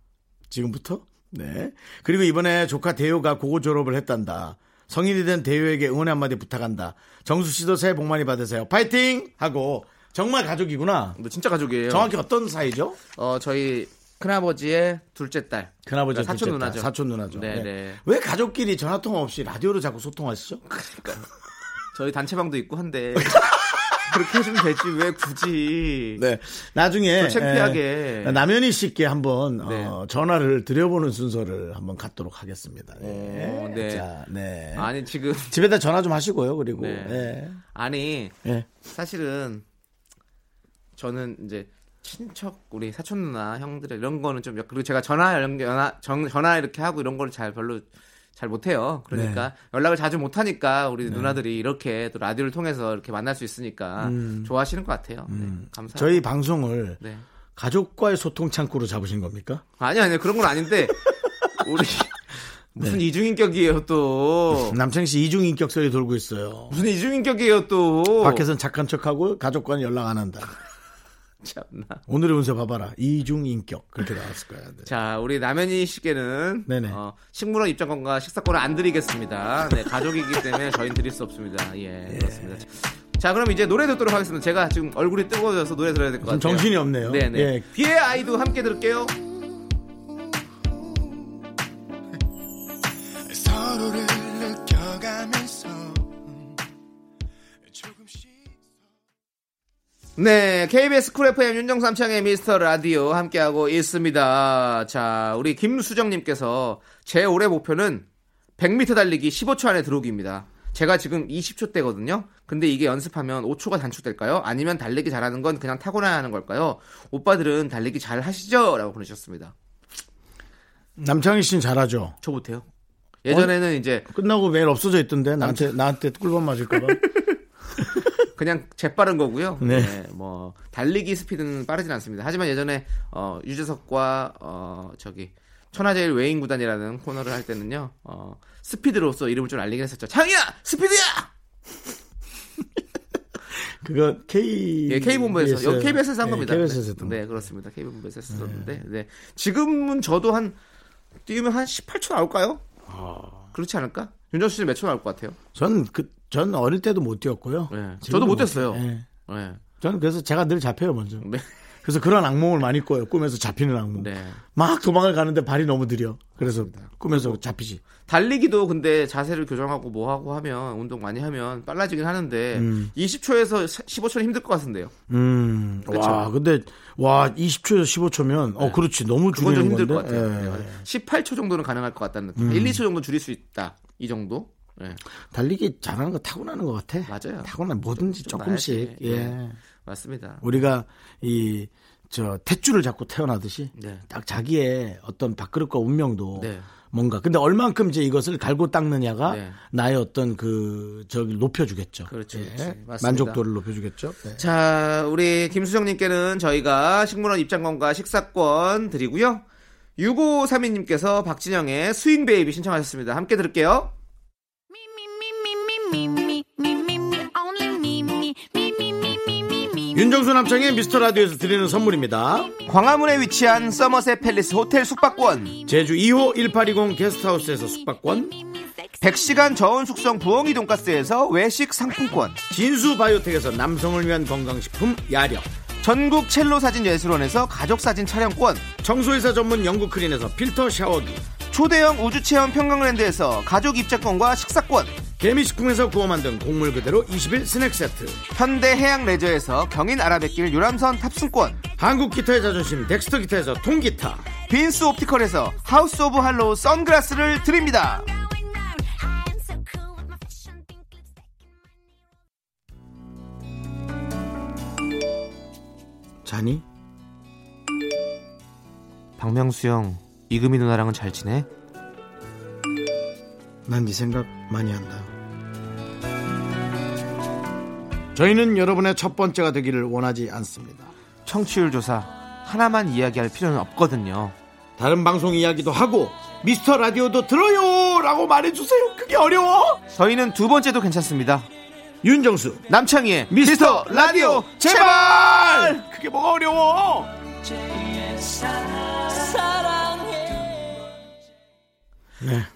[SPEAKER 1] 지금부터? 네. 그리고 이번에 조카 대효가 고고 졸업을 했단다. 성인이 된 대효에게 응원 한마디 부탁한다. 정수 씨도 새해 복 많이 받으세요. 파이팅! 하고 정말 가족이구나.
[SPEAKER 2] 너 진짜 가족이에요.
[SPEAKER 1] 정확히 어떤 사이죠?
[SPEAKER 2] 어, 저희 큰아버지의 둘째 딸.
[SPEAKER 1] 큰아버지
[SPEAKER 2] 그러니까 사촌 누나죠.
[SPEAKER 1] 사촌 누나죠.
[SPEAKER 2] 네,
[SPEAKER 1] 네.
[SPEAKER 2] 네.
[SPEAKER 1] 왜 가족끼리 전화 통화 없이 라디오로 자꾸 소통하시죠?
[SPEAKER 2] 저희 단체방도 있고 한데. [LAUGHS] 그렇게 해주면 되지, 왜 굳이.
[SPEAKER 1] 네. 나중에
[SPEAKER 2] 좀 창피하게.
[SPEAKER 1] 예, 남현희 씨께 한번
[SPEAKER 2] 네.
[SPEAKER 1] 어, 전화를 드려보는 순서를 한번 갖도록 하겠습니다. 네.
[SPEAKER 2] 오, 네.
[SPEAKER 1] 자, 네.
[SPEAKER 2] 아니, 지금.
[SPEAKER 1] 집에다 전화 좀 하시고요. 그리고
[SPEAKER 2] 네. 아니,
[SPEAKER 1] 예. 예.
[SPEAKER 2] 사실은 저는 이제 친척 우리 사촌 누나 형들 이런 거는 좀 약- 그리고 제가 전화 연결 전화, 정- 전화 이렇게 하고 이런 거를 잘 별로 잘 못해요. 그러니까
[SPEAKER 1] 네.
[SPEAKER 2] 연락을 자주 못하니까 우리 누나들이 이렇게 또 라디오를 통해서 이렇게 만날 수 있으니까 좋아하시는 것 같아요. 네, 감사합니다.
[SPEAKER 1] 음. 저희 방송을
[SPEAKER 2] 네.
[SPEAKER 1] 가족과의 소통 창구로 잡으신 겁니까?
[SPEAKER 2] 아니 아니 그런 건
[SPEAKER 1] [LAUGHS]
[SPEAKER 2] 아닌데 우리
[SPEAKER 1] 네.
[SPEAKER 2] 무슨 이중인격이에요 또
[SPEAKER 1] 남창 씨 이중 인격 소리 돌고 있어요.
[SPEAKER 2] 무슨 이중인격이에요 또
[SPEAKER 1] 밖에선 착한 척하고 가족과는 연락 안 한다.
[SPEAKER 2] 참나.
[SPEAKER 1] 오늘의 운세 봐봐라. 이중 인격 그렇게 나왔을 거야. 네.
[SPEAKER 2] 자, 우리 남현희 씨께는
[SPEAKER 1] 네네.
[SPEAKER 2] 어, 식물원 입장권과 식사권을 안 드리겠습니다. 네, 가족이기 때문에 저희는 드릴 수 없습니다. 예, 그렇습니다. 자, 그럼 이제 노래 듣도록 하겠습니다. 제가 지금 얼굴이 뜨거워져서 노래 들어야 될 것
[SPEAKER 1] 좀
[SPEAKER 2] 같아요.
[SPEAKER 1] 정신이 없네요.
[SPEAKER 2] 네네.
[SPEAKER 1] 예.
[SPEAKER 2] 비의 아이도 함께 들을게요.
[SPEAKER 3] 서로를 음, 느껴가면서 조금씩
[SPEAKER 2] 네, 네, KBS 쿨 FM 윤정삼창의 미스터 라디오 함께하고 있습니다. 자, 우리 김수정님께서 제 올해 목표는 100m 달리기 15초 안에 들어오기입니다. 제가 지금 20초 대거든요. 근데 이게 연습하면 5초가 단축될까요? 아니면 달리기 잘하는 건 그냥 타고나야 하는 걸까요? 오빠들은 달리기 잘 하시죠? 라고 보내주셨습니다.
[SPEAKER 1] 남창희 씨는 잘하죠.
[SPEAKER 2] 저 못해요. 예전에는 이제
[SPEAKER 1] 끝나고 매일 없어져 있던데 나한테 나한테 꿀밤 맞을까봐.
[SPEAKER 2] 그냥 재빠른 거고요.
[SPEAKER 1] 네.
[SPEAKER 2] 네. 뭐 달리기 스피드는 빠르진 않습니다. 하지만 예전에 어, 유재석과 어, 저기 천하제일 외인 구단이라는 코너를 할 때는요. 어, 스피드로서 이름을 좀 알리긴 했었죠. 창이야, 스피드야.
[SPEAKER 1] 그거 K 네,
[SPEAKER 2] 예, K 본부에서 여기 KBS에서 한 겁니다.
[SPEAKER 1] KBS에서 했던
[SPEAKER 2] 네, 그렇습니다. K 본부에서 했었는데, 네. 지금은 저도 한 뛰면 한 18초 나올까요?
[SPEAKER 1] 아.
[SPEAKER 2] 그렇지 않을까? 윤정수 씨는 몇 초 나올 것 같아요?
[SPEAKER 1] 전 그 전 어릴 때도 못 뛰었고요.
[SPEAKER 2] 네.
[SPEAKER 1] 지금도
[SPEAKER 2] 저도 못했어요.
[SPEAKER 1] 뛰- 예.
[SPEAKER 2] 네.
[SPEAKER 1] 저는 그래서 제가 늘 잡혀요 먼저.
[SPEAKER 2] 네.
[SPEAKER 1] 그래서 그런 악몽을 많이 꿔요. 꿈에서 잡히는 악몽.
[SPEAKER 2] 네.
[SPEAKER 1] 막 도망을 가는데 발이 너무 느려. 그래서 꿈에서 잡히지.
[SPEAKER 2] 달리기도 근데 자세를 교정하고 뭐 하고 하면 운동 많이 하면 빨라지긴 하는데 20초에서 15초는 힘들 것 같은데요.
[SPEAKER 1] 음. 와, 근데 와 20초에서 15초면 어 그렇지 너무
[SPEAKER 2] 네. 그건 좀
[SPEAKER 1] 줄이는
[SPEAKER 2] 힘들 것
[SPEAKER 1] 건데.
[SPEAKER 2] 같아요.
[SPEAKER 1] 예. 음.
[SPEAKER 2] 네. 18초 정도는 가능할 것 같다는 느낌. 1, 2초 정도 줄일 수 있다. 이 정도. 네,
[SPEAKER 1] 달리기 잘하는 거 타고나는 것 같아.
[SPEAKER 2] 맞아요.
[SPEAKER 1] 타고나 뭐든지
[SPEAKER 2] 좀
[SPEAKER 1] 조금씩.
[SPEAKER 2] 나야지.
[SPEAKER 1] 예.
[SPEAKER 2] 네. 맞습니다.
[SPEAKER 1] 우리가 이 저 탯줄을 잡고 태어나듯이
[SPEAKER 2] 네.
[SPEAKER 1] 딱 자기의 어떤 밥그릇과 운명도
[SPEAKER 2] 네.
[SPEAKER 1] 뭔가 근데 얼만큼 이제 이것을 갈고 닦느냐가
[SPEAKER 2] 네.
[SPEAKER 1] 나의 어떤 그 저기 높여주겠죠.
[SPEAKER 2] 그렇죠,
[SPEAKER 1] 예.
[SPEAKER 2] 그렇지. 맞습니다.
[SPEAKER 1] 만족도를 높여주겠죠. 네.
[SPEAKER 2] 자, 우리 김수정님께는 저희가 식물원 입장권과 식사권 드리고요. 6532님께서 박진영의 스윙베이비 신청하셨습니다. 함께 들을게요.
[SPEAKER 5] Me, me, me, me, me, me, me, me, me, me, only me, me, me, me, me, me, me, me.
[SPEAKER 1] 윤정수 남창의 미스터 라디오에서 드리는 선물입니다.
[SPEAKER 2] 광화문에 위치한 서머셋 팰리스 호텔 숙박권.
[SPEAKER 1] 제주 2호 1820 게스트하우스에서 숙박권,
[SPEAKER 2] 100시간 저온 숙성 부엉이 돈가스에서 외식 상품권
[SPEAKER 1] 진수 바이오텍에서 남성을 위한 건강식품 야력,
[SPEAKER 2] 전국 첼로 사진 예술원에서 가족 사진 촬영권
[SPEAKER 1] 청소회사 전문 영국 크린에서 필터 샤워기,
[SPEAKER 2] 초대형 우주 체험 평강랜드에서 가족 입장권과 식사권
[SPEAKER 1] 개미식품에서 구워 만든 곡물 그대로 21 스낵 세트,
[SPEAKER 2] 현대 해양 레저에서 경인 아라뱃길 유람선 탑승권
[SPEAKER 1] 한국 기타의 자존심 덱스터 기타에서 통기타,
[SPEAKER 2] 빈스 옵티컬에서 하우스 오브 할로우 선글라스를 드립니다.
[SPEAKER 5] Going round. I am so cool with my fashion pink lipstick and my nails.
[SPEAKER 1] 자니?
[SPEAKER 2] 박명수 형, 이금희 누나랑은 잘 지내?
[SPEAKER 1] 난 네 생각 많이 한다. 저희는 여러분의 첫 번째가 되기를 원하지 않습니다.
[SPEAKER 2] 청취율 조사 하나만 이야기할 필요는 없거든요.
[SPEAKER 1] 다른 방송 이야기도 하고 미스터 라디오도 들어요라고 말해주세요. 그게 어려워.
[SPEAKER 2] 저희는 두 번째도 괜찮습니다.
[SPEAKER 1] 윤정수
[SPEAKER 2] 남창희의 예, 미스터 라디오 제발!
[SPEAKER 1] 그게 뭐가 어려워?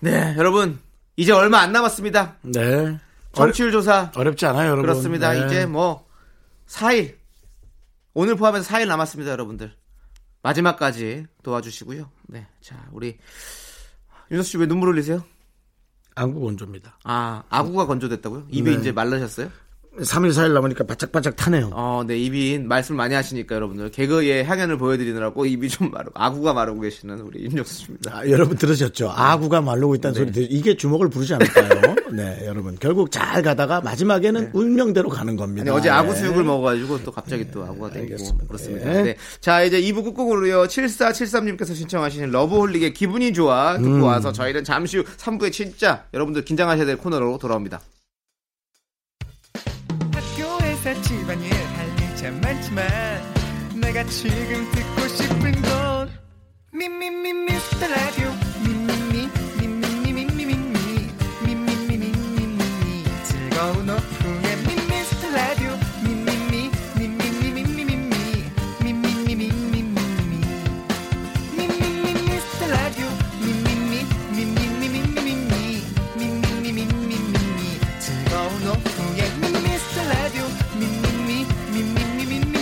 [SPEAKER 2] 네, 여러분 이제 얼마 안 남았습니다.
[SPEAKER 1] 네.
[SPEAKER 2] 정치율 조사
[SPEAKER 1] 어렵지 않아요, 여러분.
[SPEAKER 2] 그렇습니다.
[SPEAKER 1] 네.
[SPEAKER 2] 이제 뭐 4일 오늘 포함해서 4일 남았습니다, 여러분들. 마지막까지 도와주시고요. 네, 자 우리 윤석 씨 왜 눈물 흘리세요?
[SPEAKER 1] 안구 건조입니다.
[SPEAKER 2] 아 아구가 건조됐다고요? 입이
[SPEAKER 1] 네.
[SPEAKER 2] 이제 말라셨어요?
[SPEAKER 1] 3일 4일 남으니까 바짝바짝 타네요.
[SPEAKER 2] 어, 네 입이 말씀 을 많이 하시니까 여러분들 개그의 향연을 보여드리느라고 입이 좀 마르고 아구가 마르고 계시는 우리 윤정수입니다.
[SPEAKER 1] 아, 여러분 들으셨죠? 아구가 말르고 있다는 소리 들 이게 주먹을 부르지 [LAUGHS] 않을까요? 네, 여러분 결국 잘 가다가 마지막에는 운명대로 가는 겁니다.
[SPEAKER 2] 아니, 어제 아구
[SPEAKER 1] 네.
[SPEAKER 2] 수육을 먹어가지고 또 갑자기 또 아구가 땡기고 그렇습니다.
[SPEAKER 1] 네.
[SPEAKER 2] 네. 자 이제 2부 끝곡으로요 7473님께서 신청하신 러브홀릭의 기분이 좋아 듣고 와서 저희는 잠시 후 3부에 진짜 여러분들 긴장하셔야 될 코너로 돌아옵니다.
[SPEAKER 3] 학교에서 집안일 할 일 참 많지만 내가 지금 듣고 싶은 건 미미미 미스터 라디오 미미미 미미미 미미미 미미미 미미미 즐거운 오픈에 미스터 라디오 미미미 미미미 미미미 미미미 미미미 미미미 미스터 라디오 미미미 미미미 미미미 미미미 미미미 즐거운 오후에 미스터 라디오 미미미 미미미 미미미 미미미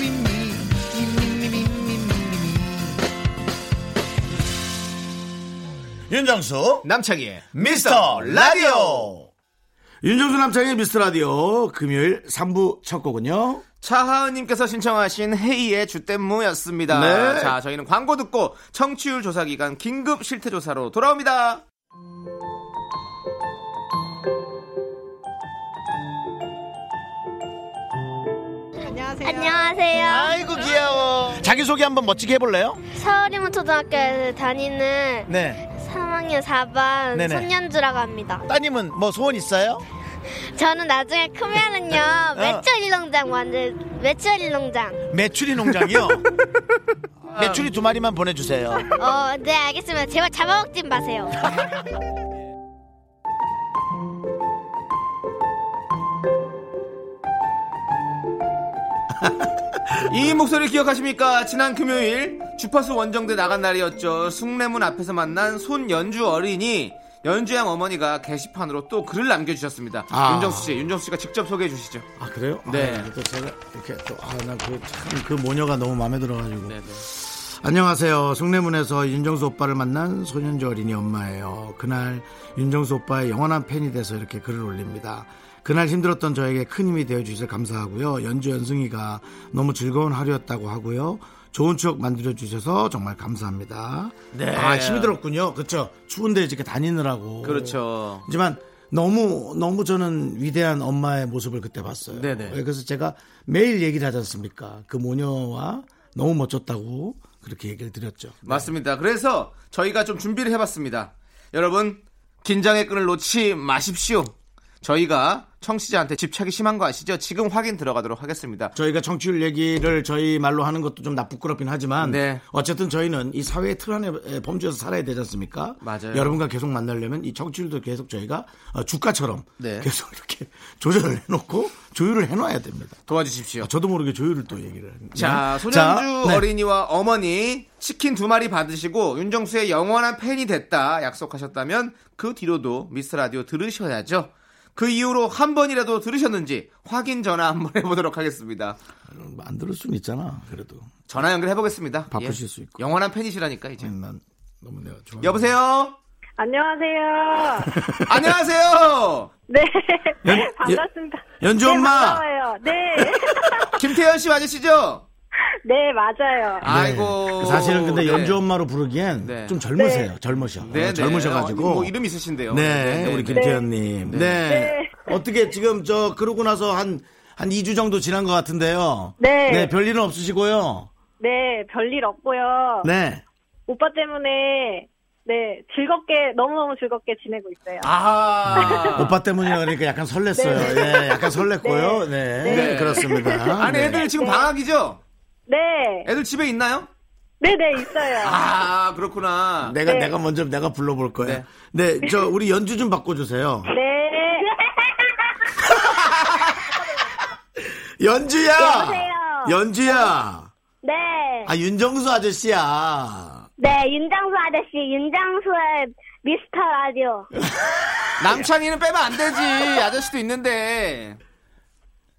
[SPEAKER 1] 윤정수
[SPEAKER 2] 남창희의
[SPEAKER 1] 미스터 라디오 윤정수 남창의 미스터 라디오 금요일 3부 첫 곡은요.
[SPEAKER 2] 차하은님께서 신청하신 헤이의 주댐무였습니다.
[SPEAKER 1] 네.
[SPEAKER 2] 자, 저희는 광고 듣고 청취율 조사 기간 긴급 실태 조사로 돌아옵니다.
[SPEAKER 6] 안녕하세요.
[SPEAKER 2] 아이고 귀여워.
[SPEAKER 1] 자기소개 한번 멋지게 해볼래요?
[SPEAKER 6] 서울이문 초등학교에 다니는
[SPEAKER 1] 네.
[SPEAKER 6] 3학년 4반
[SPEAKER 1] 네네.
[SPEAKER 6] 손년주라고 합니다.
[SPEAKER 1] 따님은 뭐 소원 있어요? 어.
[SPEAKER 6] 저는 나중에
[SPEAKER 1] [LAUGHS]
[SPEAKER 6] 크면은요 매출 일농장 만들 매출 일농장.
[SPEAKER 1] 메추리
[SPEAKER 6] [LAUGHS]
[SPEAKER 1] 농장이요? 메추리 두 마리만 보내주세요.
[SPEAKER 6] 어 네 알겠습니다. 제발 잡아먹지 마세요.
[SPEAKER 2] 이 목소리 기억하십니까? 지난 금요일 주파수 원정대 나간 날이었죠. 숭례문 앞에서 만난 손연주 어린이 연주양 어머니가 게시판으로 또 글을 남겨주셨습니다.
[SPEAKER 1] 아.
[SPEAKER 2] 윤정수 씨, 윤정수 씨가 직접 소개해 주시죠.
[SPEAKER 1] 아, 그래요?
[SPEAKER 2] 네.
[SPEAKER 1] 아, 또 제가 이렇게 또, 아, 난그참그 모녀가 너무 마음에 들어가지고.
[SPEAKER 2] 네네.
[SPEAKER 1] 안녕하세요. 숭례문에서 윤정수 오빠를 만난 소년주 어린이 엄마예요. 그날 윤정수 오빠의 영원한 팬이 돼서 이렇게 글을 올립니다. 그날 힘들었던 저에게 큰 힘이 되어 주셔서 감사하고요. 연주 연승이가 너무 즐거운 하루였다고 하고요. 좋은 추억 만들어 주셔서 정말 감사합니다.
[SPEAKER 2] 네.
[SPEAKER 1] 아, 힘이 들었군요. 그렇죠. 추운데 이렇게 다니느라고.
[SPEAKER 2] 그렇죠.
[SPEAKER 1] 하지만 너무 너무 저는 위대한 엄마의 모습을 그때 봤어요.
[SPEAKER 2] 네네.
[SPEAKER 1] 그래서 제가 매일 얘기를 하지 않습니까? 그 모녀와 너무 멋졌다고 그렇게 얘기를 드렸죠.
[SPEAKER 2] 네. 맞습니다. 그래서 저희가 좀 준비를 해봤습니다. 여러분 긴장의 끈을 놓지 마십시오. 저희가 청취자한테 집착이 심한 거 아시죠? 지금 확인 들어가도록 하겠습니다.
[SPEAKER 1] 저희가 청취율 얘기를 저희 말로 하는 것도 좀 나쁘끄럽긴 하지만
[SPEAKER 2] 네.
[SPEAKER 1] 어쨌든 저희는 이 사회의 틀 안에 에, 범주에서 살아야 되지 않습니까?
[SPEAKER 2] 맞아요.
[SPEAKER 1] 여러분과 계속 만나려면 이 청취율도 계속 저희가 어, 주가처럼
[SPEAKER 2] 네.
[SPEAKER 1] 계속 이렇게 [LAUGHS] 조절을 해놓고 조율을 해놔야 됩니다.
[SPEAKER 2] 도와주십시오.
[SPEAKER 1] 저도 모르게 조율을 또 얘기를 했네요.
[SPEAKER 2] 자,
[SPEAKER 1] 네. 자,
[SPEAKER 2] 소년주
[SPEAKER 1] 네.
[SPEAKER 2] 어린이와 어머니 치킨 두 마리 받으시고 윤정수의 영원한 팬이 됐다 약속하셨다면 그 뒤로도 미스 라디오 들으셔야죠. 그 이후로 한 번이라도 들으셨는지 확인 전화 한번 해보도록 하겠습니다.
[SPEAKER 1] 안 들을 수는 있잖아. 그래도
[SPEAKER 2] 전화 연결해 보겠습니다. 예.
[SPEAKER 1] 바쁘실 수 있고. 음.
[SPEAKER 2] 영원한 팬이시라니까 이제.
[SPEAKER 1] 난 너무 내가 좋아.
[SPEAKER 2] 여보세요. [LAUGHS]
[SPEAKER 7] 안녕하세요.
[SPEAKER 2] 안녕하세요.
[SPEAKER 7] 네.
[SPEAKER 2] 예.
[SPEAKER 1] 연- 예,
[SPEAKER 7] 반갑습니다.
[SPEAKER 1] 연주 엄마.
[SPEAKER 7] 네, [LAUGHS] 반가워요. 네.
[SPEAKER 2] 김태현 씨 맞으시죠?
[SPEAKER 7] 네, 맞아요.
[SPEAKER 1] 네.
[SPEAKER 2] 아이고.
[SPEAKER 1] 사실은 근데
[SPEAKER 2] 네.
[SPEAKER 1] 연주 엄마로 부르기엔
[SPEAKER 2] 네.
[SPEAKER 1] 좀 젊으세요. 젊으셔.
[SPEAKER 2] 네, 네.
[SPEAKER 1] 젊으셔가지고.
[SPEAKER 2] 어, 뭐 이름 있으신데요.
[SPEAKER 1] 네, 우리 김태현님. 네.
[SPEAKER 7] 네.
[SPEAKER 1] 어떻게 지금 저 그러고 나서 한, 한 2주 정도 지난 것 같은데요.
[SPEAKER 7] 네.
[SPEAKER 1] 별일은 없으시고요.
[SPEAKER 7] 네, 별일 없고요.
[SPEAKER 1] 네.
[SPEAKER 7] 오빠 때문에 네, 즐겁게 너무너무 즐겁게 지내고 있어요.
[SPEAKER 2] 아.
[SPEAKER 1] 오빠 때문이라 그러니까 약간 설렜어요. 네, 약간 설렜고요. 네.
[SPEAKER 2] 네.
[SPEAKER 1] 그렇습니다.
[SPEAKER 2] 아니
[SPEAKER 1] 네.
[SPEAKER 2] 애들 지금 방학이죠?
[SPEAKER 7] 네.
[SPEAKER 2] 애들 집에 있나요?
[SPEAKER 7] 네, 네, 있어요.
[SPEAKER 2] 아 그렇구나.
[SPEAKER 1] 내가,
[SPEAKER 7] 네.
[SPEAKER 1] 내가 먼저 내가 불러볼 거예요. 네. 저, 우리 연주 좀 바꿔주세요.
[SPEAKER 7] 네. [LAUGHS]
[SPEAKER 1] 연주야!
[SPEAKER 7] 여보세요?
[SPEAKER 1] 연주야!
[SPEAKER 6] 네.
[SPEAKER 1] 아, 윤정수 아저씨야.
[SPEAKER 6] 네 윤장수 아저씨 윤장수의 미스터 라디오.
[SPEAKER 2] 남찬이는 빼면 안 되지. 아저씨도 있는데.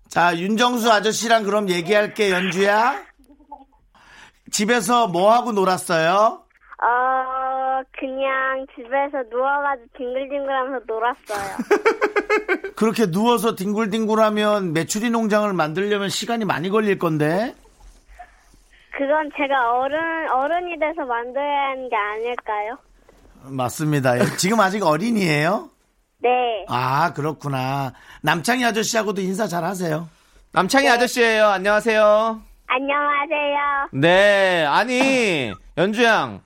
[SPEAKER 1] 자, 윤정수 아저씨랑 그럼 얘기할게, 연주야. 집에서 뭐 하고 놀았어요?
[SPEAKER 6] 어 그냥 집에서 누워가지고 뒹글뒹글하면서 놀았어요. [LAUGHS]
[SPEAKER 1] 그렇게 누워서 뒹굴뒹굴하면 메추리 농장을 만들려면 시간이 많이 걸릴 건데.
[SPEAKER 6] 그건 제가 어른 어른이 돼서 만들어야 하는 게 아닐까요?
[SPEAKER 1] 맞습니다. 예, 지금 아직 어린이에요?
[SPEAKER 6] 네.
[SPEAKER 1] 아, 그렇구나. 남창희 아저씨하고도 인사 잘 하세요.
[SPEAKER 7] 네.
[SPEAKER 2] 남창희 아저씨예요. 안녕하세요.
[SPEAKER 6] 안녕하세요.
[SPEAKER 2] 네. 아니 연주양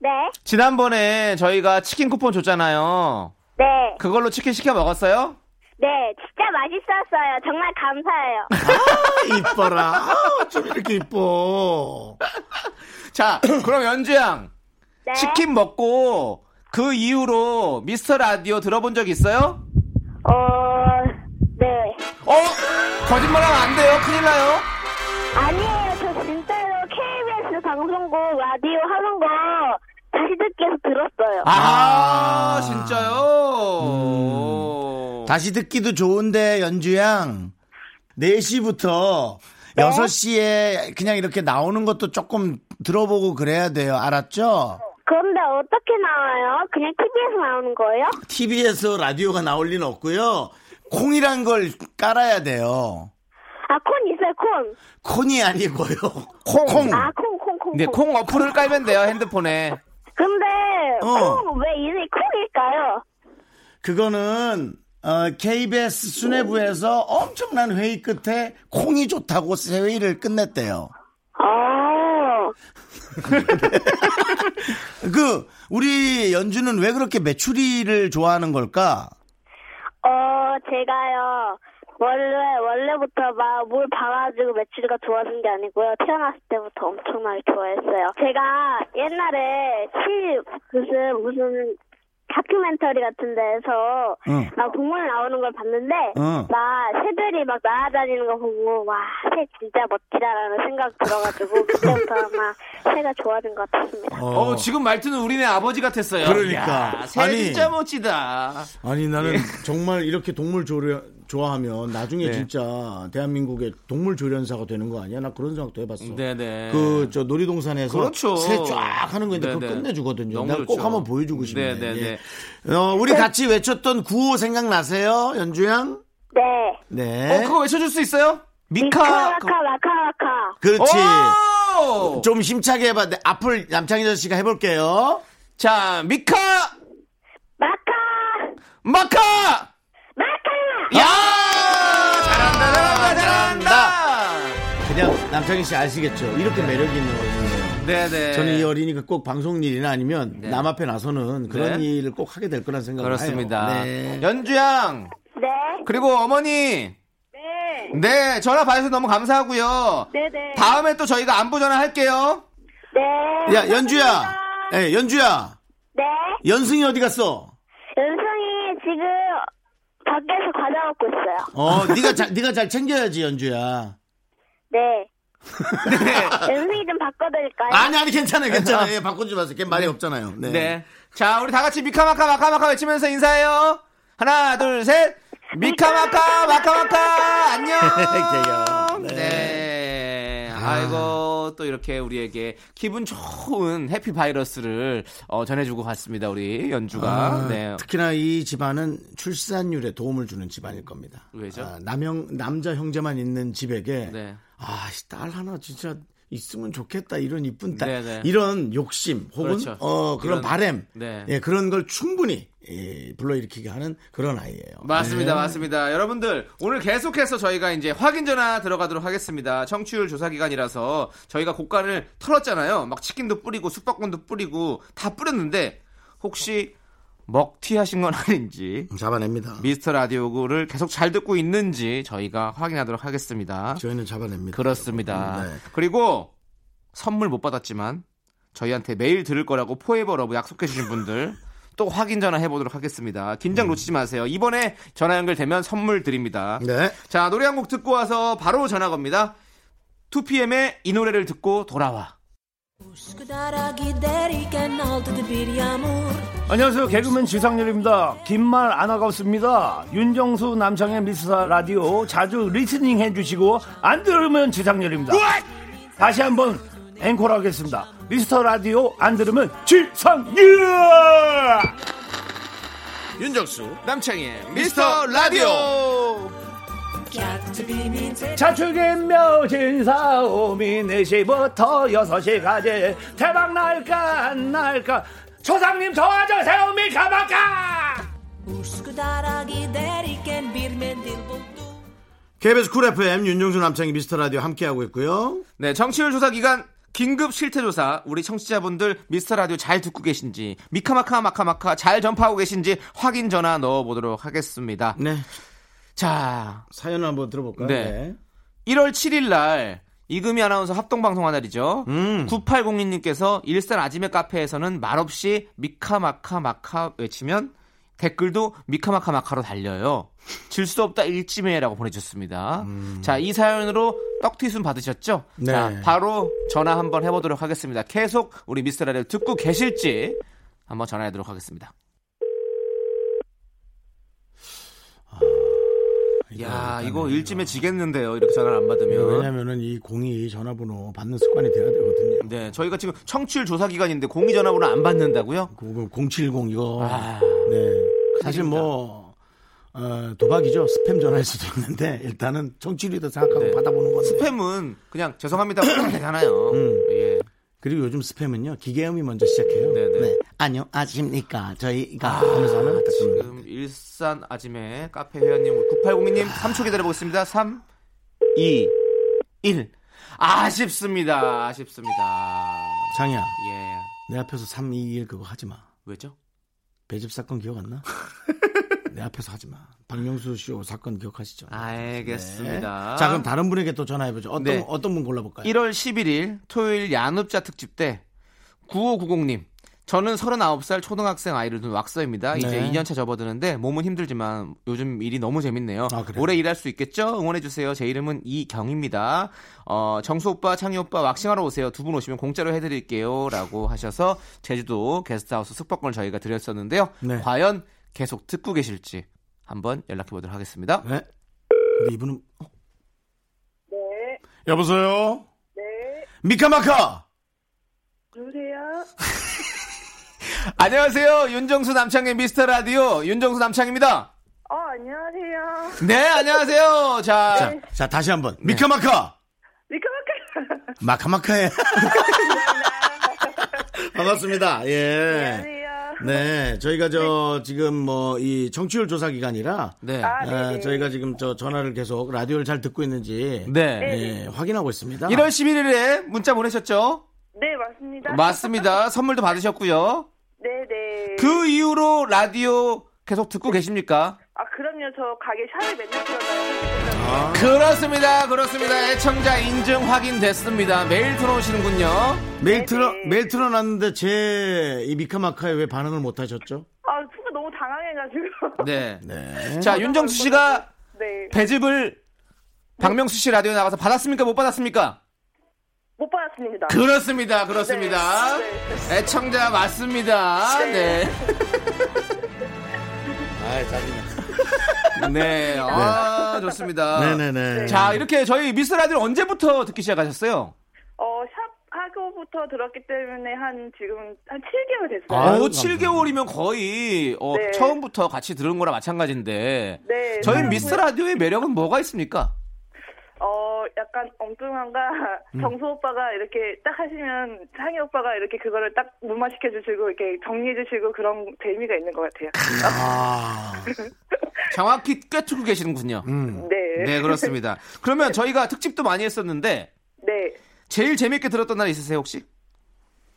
[SPEAKER 6] 네.
[SPEAKER 2] 지난번에 저희가 치킨 쿠폰 줬잖아요.
[SPEAKER 6] 네.
[SPEAKER 2] 그걸로 치킨 시켜 먹었어요?
[SPEAKER 6] 네. 진짜 맛있었어요. 정말 감사해요.
[SPEAKER 1] 아, 이뻐라. 아, 좀 이렇게 이뻐.
[SPEAKER 2] 자 그럼 연주양
[SPEAKER 6] 네.
[SPEAKER 2] 어? 치킨 먹고 그 이후로 미스터 라디오 들어본 적 있어요?
[SPEAKER 6] 어. 네.
[SPEAKER 2] 어? 거짓말하면 안 돼요. 큰일 나요.
[SPEAKER 6] 아니에요. 저 진짜로 KBS 방송국 라디오 하는 거 다시 듣기에서 들었어요.
[SPEAKER 2] 아,
[SPEAKER 1] 아. 음.
[SPEAKER 2] 진짜요?
[SPEAKER 1] 다시 듣기도 좋은데 연주양 4시부터 6시에 그냥 이렇게 나오는 것도 조금 들어보고 그래야 돼요. 알았죠?
[SPEAKER 6] 그런데 어떻게 나와요? 그냥 TV에서 나오는 거예요?
[SPEAKER 1] TV에서 라디오가 나올 리는 없고요.
[SPEAKER 8] 콩이란 걸 깔아야 돼요.
[SPEAKER 6] 아 콘 있어요 콘.
[SPEAKER 8] 콘이 아니고요. [LAUGHS] 콩.
[SPEAKER 6] 아 콩 콩 콩. 콩,
[SPEAKER 2] 네, 콩 어플을 깔면 돼요, 핸드폰에.
[SPEAKER 6] 근데
[SPEAKER 8] 어.
[SPEAKER 6] 콩 왜 이름이 콩일까요?
[SPEAKER 8] 그거는 어, KBS 수뇌부에서 엄청난 회의 끝에 콩이 좋다고 회의를 끝냈대요.
[SPEAKER 6] 아
[SPEAKER 8] 그 우리 연주는 왜 그렇게 메추리를 좋아하는 걸까?
[SPEAKER 6] 어, 제가요, 원래, 원래부터 막 물 봐가지고 매출이가 좋아진 게 아니고요. 태어났을 때부터 엄청나게 좋아했어요. 제가 옛날에 시, 무슨, 무슨, 다큐멘터리 같은 데에서
[SPEAKER 8] 응.
[SPEAKER 6] 막 동물 나오는 걸 봤는데,
[SPEAKER 8] 응.
[SPEAKER 6] 막 새들이 막 날아다니는 거 보고, 와, 새 진짜 멋지다라는 생각
[SPEAKER 8] [LAUGHS]
[SPEAKER 6] 들어가지고, 그때부터 막 새가 좋아진 것 같습니다.
[SPEAKER 2] 어, 지금 말투는 우리네 아버지 같았어요.
[SPEAKER 1] 그러니까.
[SPEAKER 2] 야, 새
[SPEAKER 1] 아니.
[SPEAKER 2] 진짜 멋지다.
[SPEAKER 1] 아니 나는 정말 이렇게 동물 조련 좋아하면 나중에
[SPEAKER 2] 예. 네.
[SPEAKER 1] 진짜 대한민국의 동물 조련사가 되는 거 아니야? 나 그런 생각도 해봤어.
[SPEAKER 2] 네네.
[SPEAKER 1] 그 저 놀이동산에서
[SPEAKER 2] 그렇죠.
[SPEAKER 1] 새 쫙 하는 건데 그거
[SPEAKER 2] 네네.
[SPEAKER 1] 끝내주거든요.
[SPEAKER 2] 너무
[SPEAKER 1] 내가 꼭
[SPEAKER 2] 좋죠.
[SPEAKER 1] 한번 보여주고 싶네.
[SPEAKER 2] 네네네.
[SPEAKER 1] 예. 어, 우리 같이 외쳤던 구호 생각나세요, 연주양?
[SPEAKER 6] 네.
[SPEAKER 1] 네.
[SPEAKER 2] 어, 그거 외쳐줄 수 있어요? 미카.
[SPEAKER 6] 미카와카, 마카와카.
[SPEAKER 1] 그렇지.
[SPEAKER 2] 오!
[SPEAKER 1] 좀 힘차게 해봐. 네, 앞을 남창희 아저씨가 해볼게요.
[SPEAKER 2] 자, 미카!
[SPEAKER 6] 마카!
[SPEAKER 2] 마카!
[SPEAKER 6] 마카!
[SPEAKER 2] 야!
[SPEAKER 1] 아!
[SPEAKER 2] 잘한다, 잘한다, 잘한다!
[SPEAKER 1] 그냥 남창희 씨 아시겠죠? 이렇게 매력이 있는 거예요.
[SPEAKER 2] 네네.
[SPEAKER 1] 저는 이 어린이가 그 꼭 방송일이나 아니면 남 앞에 나서는 그런
[SPEAKER 2] 네.
[SPEAKER 1] 일을 꼭 하게 될 거란 생각을
[SPEAKER 2] 그렇습니다.
[SPEAKER 1] 해요. 네.
[SPEAKER 2] 연주양!
[SPEAKER 6] 네.
[SPEAKER 2] 그리고 어머니!
[SPEAKER 7] 네.
[SPEAKER 2] 네, 전화 받아서 너무 감사하고요.
[SPEAKER 7] 네네.
[SPEAKER 2] 다음에 또 저희가 안부 전화 할게요.
[SPEAKER 6] 네.
[SPEAKER 1] 야, 연주야. 예, 연주야.
[SPEAKER 6] 네.
[SPEAKER 1] 연승이 어디 갔어?
[SPEAKER 6] 연성이 지금 밖에서 과자 먹고 있어요.
[SPEAKER 1] 어, 네가 잘 네가 잘 챙겨야지, 연주야.
[SPEAKER 8] [LAUGHS]
[SPEAKER 6] 네. 연성이 좀 바꿔드릴까요?
[SPEAKER 1] 아니, 아니, 괜찮아요. 괜찮아요. 예, 바꾸지 마세요. 걔 말이 없잖아요. 네.
[SPEAKER 2] 네. 자, 우리 다 같이 미카마카 마카마카 외치면서 인사해요. 하나, 둘, 셋. 미카마카 마카마카
[SPEAKER 1] [LAUGHS]
[SPEAKER 2] 안녕.
[SPEAKER 1] 네.
[SPEAKER 2] 네. 아이고 또 이렇게 우리에게 기분 좋은 해피 바이러스를 어, 전해주고 갔습니다 우리 연주가.
[SPEAKER 1] 아,
[SPEAKER 2] 네.
[SPEAKER 1] 특히나 이 집안은 출산율에 도움을 주는 집안일 겁니다.
[SPEAKER 2] 왜죠?
[SPEAKER 1] 아, 남형 남자 형제만 있는 집에게
[SPEAKER 2] 네.
[SPEAKER 1] 아, 씨, 딸 하나 진짜 있으면 좋겠다 이런 이쁜 딸
[SPEAKER 2] 네, 네.
[SPEAKER 1] 이런 욕심 혹은
[SPEAKER 2] 그렇죠.
[SPEAKER 1] 어 그런
[SPEAKER 2] 이런,
[SPEAKER 1] 바램
[SPEAKER 2] 네.
[SPEAKER 1] 예, 그런 걸 충분히 예, 불러일으키게 하는 그런 아이예요.
[SPEAKER 2] 맞습니다,
[SPEAKER 1] 네.
[SPEAKER 2] 맞습니다. 여러분들, 오늘 계속해서 저희가 이제 확인 전화 들어가도록 하겠습니다. 청취율 조사 기간이라서 저희가 고간을 털었잖아요. 막 치킨도 뿌리고 숙박권도 뿌리고 다 뿌렸는데 혹시 먹튀 하신 건 아닌지
[SPEAKER 1] 잡아냅니다.
[SPEAKER 2] 미스터 라디오를 계속 잘 듣고 있는지 저희가 확인하도록 하겠습니다.
[SPEAKER 1] 저희는 잡아냅니다.
[SPEAKER 2] 그렇습니다.
[SPEAKER 1] 네.
[SPEAKER 2] 그리고 선물 못 받았지만 저희한테 매일 들을 거라고 포에버 러브 약속해 주신 분들 [LAUGHS] 또 확인 전화 해보도록 하겠습니다.
[SPEAKER 1] 음.
[SPEAKER 2] 긴장 놓치지 마세요. 이번에 전화 연결되면 선물 드립니다.
[SPEAKER 1] 네.
[SPEAKER 2] 자 노래 한 곡 듣고 와서 바로 전화 겁니다. 2PM의 이 노래를 듣고 돌아와.
[SPEAKER 9] 안녕하세요 개그맨 지상렬입니다 긴 말 안 아깝습니다 윤정수 남창의 미스터 라디오 자주 리스닝 해주시고 안 들으면 지상렬입니다 다시 한번 앵콜 하겠습니다 미스터 라디오 안 들으면 지상렬
[SPEAKER 2] 윤정수 남창희의 미스터 라디오
[SPEAKER 9] 자축의 묘진 사오미 4시부터
[SPEAKER 1] 네.
[SPEAKER 9] 6시까지 대박 날까 안 날까 조상님 도와줘 세오미 가마까
[SPEAKER 1] KBS 쿨 FM 윤종수 남창희 미스터 라디오 함께하고 있고요.
[SPEAKER 2] 네, 정치율 조사 기간 긴급 실태 조사. 우리 청취자분들 미스터 라디오 잘 듣고 계신지 미카마카 마카마카 잘 전파하고 계신지 확인 전화 넣어 보도록 하겠습니다.
[SPEAKER 1] 네.
[SPEAKER 2] 자,
[SPEAKER 1] 사연 을 한번 들어볼까요?
[SPEAKER 2] 네. 1월 7일 날 이금희 아나운서 합동 방송한 날이죠. 9802님께서 일산 아지매 카페에서는 말없이 미카마카 마카 외치면 댓글도 미카마카 마카로 달려요. 질 수 없다 일지매라고 보내주셨습니다. 자, 이 사연으로 떡튀순 받으셨죠?
[SPEAKER 1] 네.
[SPEAKER 2] 자, 바로 전화 한번 해보도록 하겠습니다. 계속 우리 미스터라를 듣고 계실지 한번 전화하도록 하겠습니다. 야, 아, 이거 일지매 지겠는데요. 이렇게 전화를 안 받으면.
[SPEAKER 1] 네. 왜냐면은 이 공이 전화번호 받는 습관이 돼야 되거든요.
[SPEAKER 2] 네, 저희가 지금 청취율 조사 기간인데 공이
[SPEAKER 1] 그뭐
[SPEAKER 2] 전화번호 안 받는다고요?
[SPEAKER 1] 아, 그거 070 이거.
[SPEAKER 2] 아.
[SPEAKER 1] 네. 사실 네. 뭐 어, 도박이죠. 스팸 전화일 수도 있는데 [LAUGHS] 일단은 정치리다 생각하고 받아보는 건데.
[SPEAKER 2] 네. 스팸은 그냥 죄송합니다. 하면 되잖아요.
[SPEAKER 1] 음.
[SPEAKER 2] 예.
[SPEAKER 1] 그리고 요즘 스팸은요 기계음이 먼저 시작해요.
[SPEAKER 2] 네네. 아,
[SPEAKER 1] 네. 안녕하십니까 저희가 하면서 하면 아,
[SPEAKER 2] 지금 일산 아침에 카페 회원님 9802님 3초 기다려보겠습니다. 3, 2, 1. 아쉽습니다. 아쉽습니다.
[SPEAKER 1] 장이야
[SPEAKER 2] 예.
[SPEAKER 1] 내 앞에서 3, 2, 1 그거 하지 마.
[SPEAKER 2] 왜죠?
[SPEAKER 1] 배집 사건 기억
[SPEAKER 2] [LAUGHS]
[SPEAKER 1] 안 나? 내 앞에서 하지 마. 박명수 쇼 사건 기억하시죠?
[SPEAKER 2] 아, 알겠습니다.
[SPEAKER 1] 네. 자 그럼 다른 분에게 또 전화해보죠. 어떤
[SPEAKER 2] 네.
[SPEAKER 1] 어떤 분 골라볼까요?
[SPEAKER 2] 1월 11일 토요일 야읍자 특집 때 9590님 저는 39살 초등학생 아이를 둔 왁서입니다. 이제
[SPEAKER 1] 네.
[SPEAKER 2] 2년차 접어드는데 몸은 힘들지만 요즘 일이 너무 재밌네요.
[SPEAKER 1] 아, 그래요?
[SPEAKER 2] 오래 일할 수 있겠죠? 응원해주세요. 제 이름은 이경입니다. 어, 정수 오빠, 창희 오빠 왁싱하러 오세요. 두 분 오시면 공짜로 해드릴게요. 라고 하셔서 제주도 게스트하우스 숙박권을 저희가 드렸었는데요.
[SPEAKER 1] 네.
[SPEAKER 2] 과연 계속 듣고 계실지 한번 연락해보도록 하겠습니다.
[SPEAKER 1] 네. 근데 이분은 어? 여보세요. 네. 미카마카.
[SPEAKER 2] 안녕하세요. 윤정수 남창의 미스터 라디오 윤정수 남창입니다.
[SPEAKER 7] 어, 안녕하세요.
[SPEAKER 2] 네, 안녕하세요. 자,
[SPEAKER 1] 자, 자 다시 한번
[SPEAKER 2] 네.
[SPEAKER 1] 미카마카.
[SPEAKER 7] 미카마카.
[SPEAKER 1] 마카마카에. 반갑습니다. 예.
[SPEAKER 7] 안녕하세요.
[SPEAKER 1] 네, 저희가 저 지금 뭐 이 청취율 조사 기간이라
[SPEAKER 2] 네.
[SPEAKER 7] 아,
[SPEAKER 1] 아,
[SPEAKER 7] 네네.
[SPEAKER 1] 저희가 지금 저 전화를 계속 라디오를 잘 듣고 있는지
[SPEAKER 2] 네.
[SPEAKER 1] 예, 확인하고 있습니다.
[SPEAKER 2] 1월 11일에 문자 보내셨죠?
[SPEAKER 7] 네, 맞습니다.
[SPEAKER 2] 맞습니다. 선물도 받으셨고요.
[SPEAKER 7] 네, 네.
[SPEAKER 2] 그 이후로 라디오 계속 듣고 계십니까?
[SPEAKER 7] 아, 그럼요. 저 가게 샤를 맨날 들어가요.
[SPEAKER 2] 그렇습니다. 그렇습니다. 애청자 인증 확인됐습니다. 매일 들어오시는군요.
[SPEAKER 1] 매일 틀어 매일 틀어놨는데 제 이 미카마카에 왜 반응을 못하셨죠?
[SPEAKER 7] 아, 순간 너무 당황해가지고. [LAUGHS]
[SPEAKER 2] 네.
[SPEAKER 1] 네.
[SPEAKER 2] 자, 윤정수 씨가
[SPEAKER 7] 네.
[SPEAKER 2] 배즙을 박명수 씨 라디오에 나가서 받았습니까? 못 받았습니까?
[SPEAKER 7] 못 받았습니다.
[SPEAKER 2] 그렇습니다. 그렇습니다.
[SPEAKER 7] 네, 네.
[SPEAKER 2] 애청자 맞습니다. 네.
[SPEAKER 1] [LAUGHS] 아, 짜증나. [LAUGHS]
[SPEAKER 2] 네. 아, 좋습니다.
[SPEAKER 1] 네네네.
[SPEAKER 2] 자, 이렇게 저희 미스 라디오 언제부터 듣기 시작하셨어요?
[SPEAKER 7] 어, 샵 하고부터 들었기 때문에 한 지금 한 7개월 됐어요.
[SPEAKER 2] 오,
[SPEAKER 1] 아유, 감사합니다.
[SPEAKER 2] 7개월이면 거의 어,
[SPEAKER 7] 네.
[SPEAKER 2] 처음부터 같이 들은 거랑 마찬가지인데
[SPEAKER 7] 네.
[SPEAKER 2] 저희
[SPEAKER 7] 사랑을-
[SPEAKER 2] 미스 라디오의 매력은 뭐가 있습니까?
[SPEAKER 7] 어, 약간 엉뚱한가
[SPEAKER 2] 음.
[SPEAKER 7] 정수 오빠가 이렇게 딱 하시면 상희 오빠가 이렇게 그거를 딱 무마시켜 주시고 이렇게 정리해 주시고 그런 재미가 있는 것 같아요.
[SPEAKER 1] 아,
[SPEAKER 2] 정확히 꿰뚫고 계시는군요.
[SPEAKER 1] 음.
[SPEAKER 7] 네.
[SPEAKER 2] 네, 그렇습니다. 그러면 저희가 특집도 많이 했었는데
[SPEAKER 7] 네.
[SPEAKER 2] 제일 재밌게 들었던 날 있으세요, 혹시?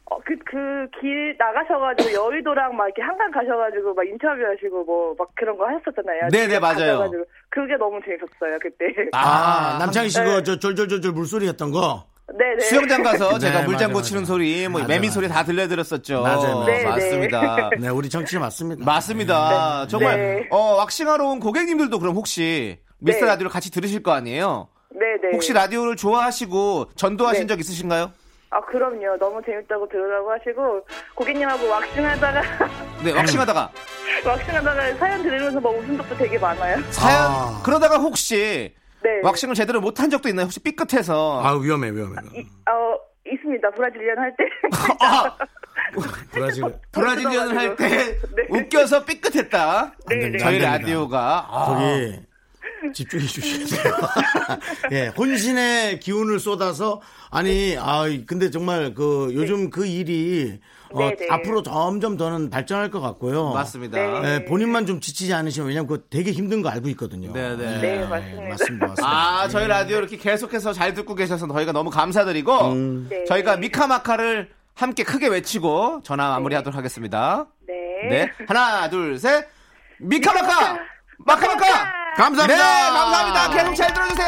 [SPEAKER 7] 어, 그, 그, 길 나가셔가지고, 여의도랑 막 이렇게 한강 가셔가지고, 막 인터뷰하시고, 뭐, 막 그런 거 하셨었잖아요.
[SPEAKER 2] 네, 네, 맞아요.
[SPEAKER 7] 가셔가지고. 그게 너무 재밌었어요, 그때.
[SPEAKER 1] 아, 남창희 씨
[SPEAKER 7] 네.
[SPEAKER 1] 그거 저 졸졸졸졸 물소리 했던 거.
[SPEAKER 7] 네네.
[SPEAKER 2] 수영장 가서
[SPEAKER 1] [LAUGHS] 네,
[SPEAKER 2] 제가
[SPEAKER 1] 맞아,
[SPEAKER 2] 물장구
[SPEAKER 1] 맞아.
[SPEAKER 2] 치는 소리, 뭐
[SPEAKER 1] 맞아,
[SPEAKER 2] 매미
[SPEAKER 1] 맞아.
[SPEAKER 2] 소리 다 들려드렸었죠.
[SPEAKER 1] 맞아요, 맞아요. 네, 네.
[SPEAKER 7] [LAUGHS]
[SPEAKER 2] 맞습니다.
[SPEAKER 1] 네, 우리 청취자 맞습니다.
[SPEAKER 2] 맞습니다. 정말
[SPEAKER 7] 네.
[SPEAKER 2] 어, 왁싱하러 온 고객님들도 그럼 혹시 미스
[SPEAKER 7] 네.
[SPEAKER 2] 라디오를 같이 들으실 거 아니에요?
[SPEAKER 7] 네네.
[SPEAKER 2] 혹시 라디오를 좋아하시고 전도하신
[SPEAKER 7] 네.
[SPEAKER 2] 적 있으신가요?
[SPEAKER 7] 아, 그럼요. 너무 재밌다고 들으라고 하시고, 고객님하고 왁싱하다가, [LAUGHS]
[SPEAKER 1] 음.
[SPEAKER 2] 네, 왁싱하다가
[SPEAKER 7] 왁싱하다가 사연 들으면서 막 웃은 적도 되게 많아요.
[SPEAKER 2] 사연
[SPEAKER 1] 아.
[SPEAKER 2] 그러다가 혹시
[SPEAKER 7] 네.
[SPEAKER 2] 왁싱을 제대로 못한 적도 있나요? 혹시 삐끗해서
[SPEAKER 1] 아, 위험해, 위험해.
[SPEAKER 7] 어, 있습니다. 브라질리안 할 때.
[SPEAKER 2] [LAUGHS] 아,
[SPEAKER 1] 브라질.
[SPEAKER 2] 브라질리언을 할 때
[SPEAKER 7] [LAUGHS] 네.
[SPEAKER 2] 웃겨서 삐끗했다.
[SPEAKER 1] 네.
[SPEAKER 2] 저희
[SPEAKER 1] 안 됩니다.
[SPEAKER 2] 라디오가 아,
[SPEAKER 1] 거기 집중해
[SPEAKER 2] [LAUGHS]
[SPEAKER 1] 주셔야 돼요. 예, 혼신의 기운을 쏟아서 아니,
[SPEAKER 2] 네.
[SPEAKER 1] 아 근데 정말 그 요즘 그 일이 어,
[SPEAKER 7] 네, 네.
[SPEAKER 1] 앞으로 점점 더는 발전할 것 같고요.
[SPEAKER 2] 맞습니다.
[SPEAKER 7] 네.
[SPEAKER 1] 예, 본인만 좀 지치지 않으시면 왜냐면 그거 되게 힘든 거 알고 있거든요.
[SPEAKER 2] 네, 네.
[SPEAKER 1] 예,
[SPEAKER 7] 네, 맞습니다.
[SPEAKER 1] 맞습니다. 맞습니다.
[SPEAKER 2] 아, 저희 라디오 이렇게 계속해서 잘 듣고 계셔서 저희가 너무 감사드리고
[SPEAKER 7] 네.
[SPEAKER 2] 저희가 미카마카를 함께 크게 외치고 전화 마무리하도록 하겠습니다.
[SPEAKER 7] 네.
[SPEAKER 2] 네. 하나, 둘, 셋. 미카마카! 마카마카!
[SPEAKER 1] 감사합니다.
[SPEAKER 2] 네, 감사합니다. 계속 잘 들어주세요.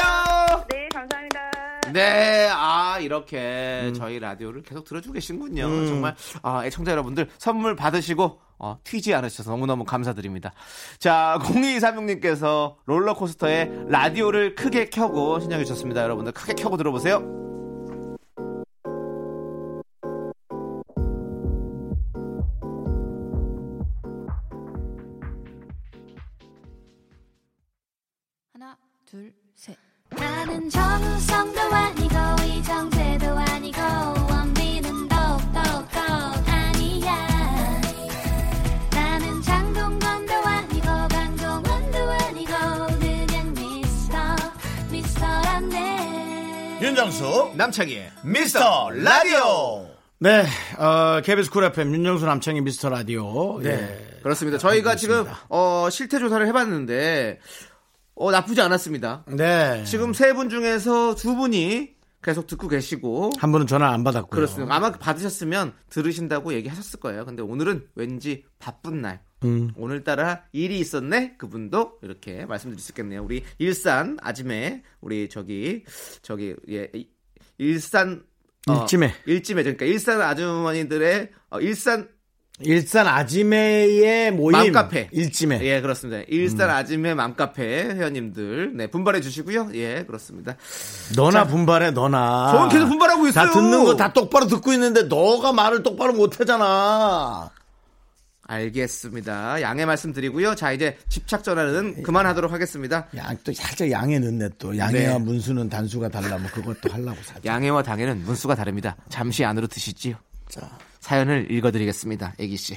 [SPEAKER 7] 네, 감사합니다.
[SPEAKER 2] 네, 아, 이렇게 저희 라디오를 계속 들어주고 계신군요. 정말, 아, 애청자 여러분들 선물 받으시고, 어, 튀지 않으셔서 너무너무 감사드립니다. 자, [LAUGHS] 0236님께서 롤러코스터에 라디오를 크게 켜고 신청해 주셨습니다. 여러분들 크게 켜고 들어보세요.
[SPEAKER 5] 하나, 둘, 셋. 나는 정우성도 아니고 이정재도 아니고 원빈은 더욱더 아니야 나는 장동건도 아니고 강동원도 아니고
[SPEAKER 8] 윤정수
[SPEAKER 2] 남창희의
[SPEAKER 8] 미스터 라디오
[SPEAKER 1] 네, 어, KBS 쿨 FM 윤정수 남창희 미스터 라디오.
[SPEAKER 2] 네.
[SPEAKER 1] 예.
[SPEAKER 2] 그렇습니다. 저희가 지금 어, 실태 조사를 해봤는데 어, 나쁘지 않았습니다.
[SPEAKER 1] 네.
[SPEAKER 2] 지금 세 분 중에서 두 분이 계속 듣고 계시고
[SPEAKER 1] 한 분은 전화 안 받았고요.
[SPEAKER 2] 그렇습니다. 아마 받으셨으면 들으신다고 얘기하셨을 거예요. 근데 오늘은 왠지 바쁜 날.
[SPEAKER 1] 음.
[SPEAKER 2] 오늘따라 일이 있었네 그분도 이렇게 말씀드릴 수 있겠네요. 우리 일산 아침에 우리 저기 저기 예 이- 일산 어,
[SPEAKER 1] 일찜에.
[SPEAKER 2] 일찜에 그러니까 일산 아주머니들의 어, 일산
[SPEAKER 1] 일산 아지매의 모임
[SPEAKER 2] 맘카페.
[SPEAKER 1] 일찜에.
[SPEAKER 2] 예, 그렇습니다.
[SPEAKER 1] 음.
[SPEAKER 2] 일산 아침에 맘카페 회원님들, 네, 분발해 주시고요. 예, 그렇습니다.
[SPEAKER 1] 너나 분발해 너나.
[SPEAKER 2] 저는 계속 분발하고 있어요.
[SPEAKER 1] 아, 다 듣는 거 다 똑바로 듣고 있는데 너가 말을 똑바로 못 하잖아.
[SPEAKER 2] 알겠습니다. 양해 말씀드리고요. 자, 이제 집착
[SPEAKER 1] 예.
[SPEAKER 2] 전화는 그만하도록 하겠습니다.
[SPEAKER 1] 양 또 살짝 양해 넣네 또 양해와
[SPEAKER 2] 네.
[SPEAKER 1] 문수는 단수가 달라면 뭐 그것도 하려고 살짝.
[SPEAKER 2] 양해와 당해는 문수가 다릅니다. 잠시 안으로 드시지요.
[SPEAKER 1] 자.
[SPEAKER 2] 사연을 읽어드리겠습니다. 애기씨.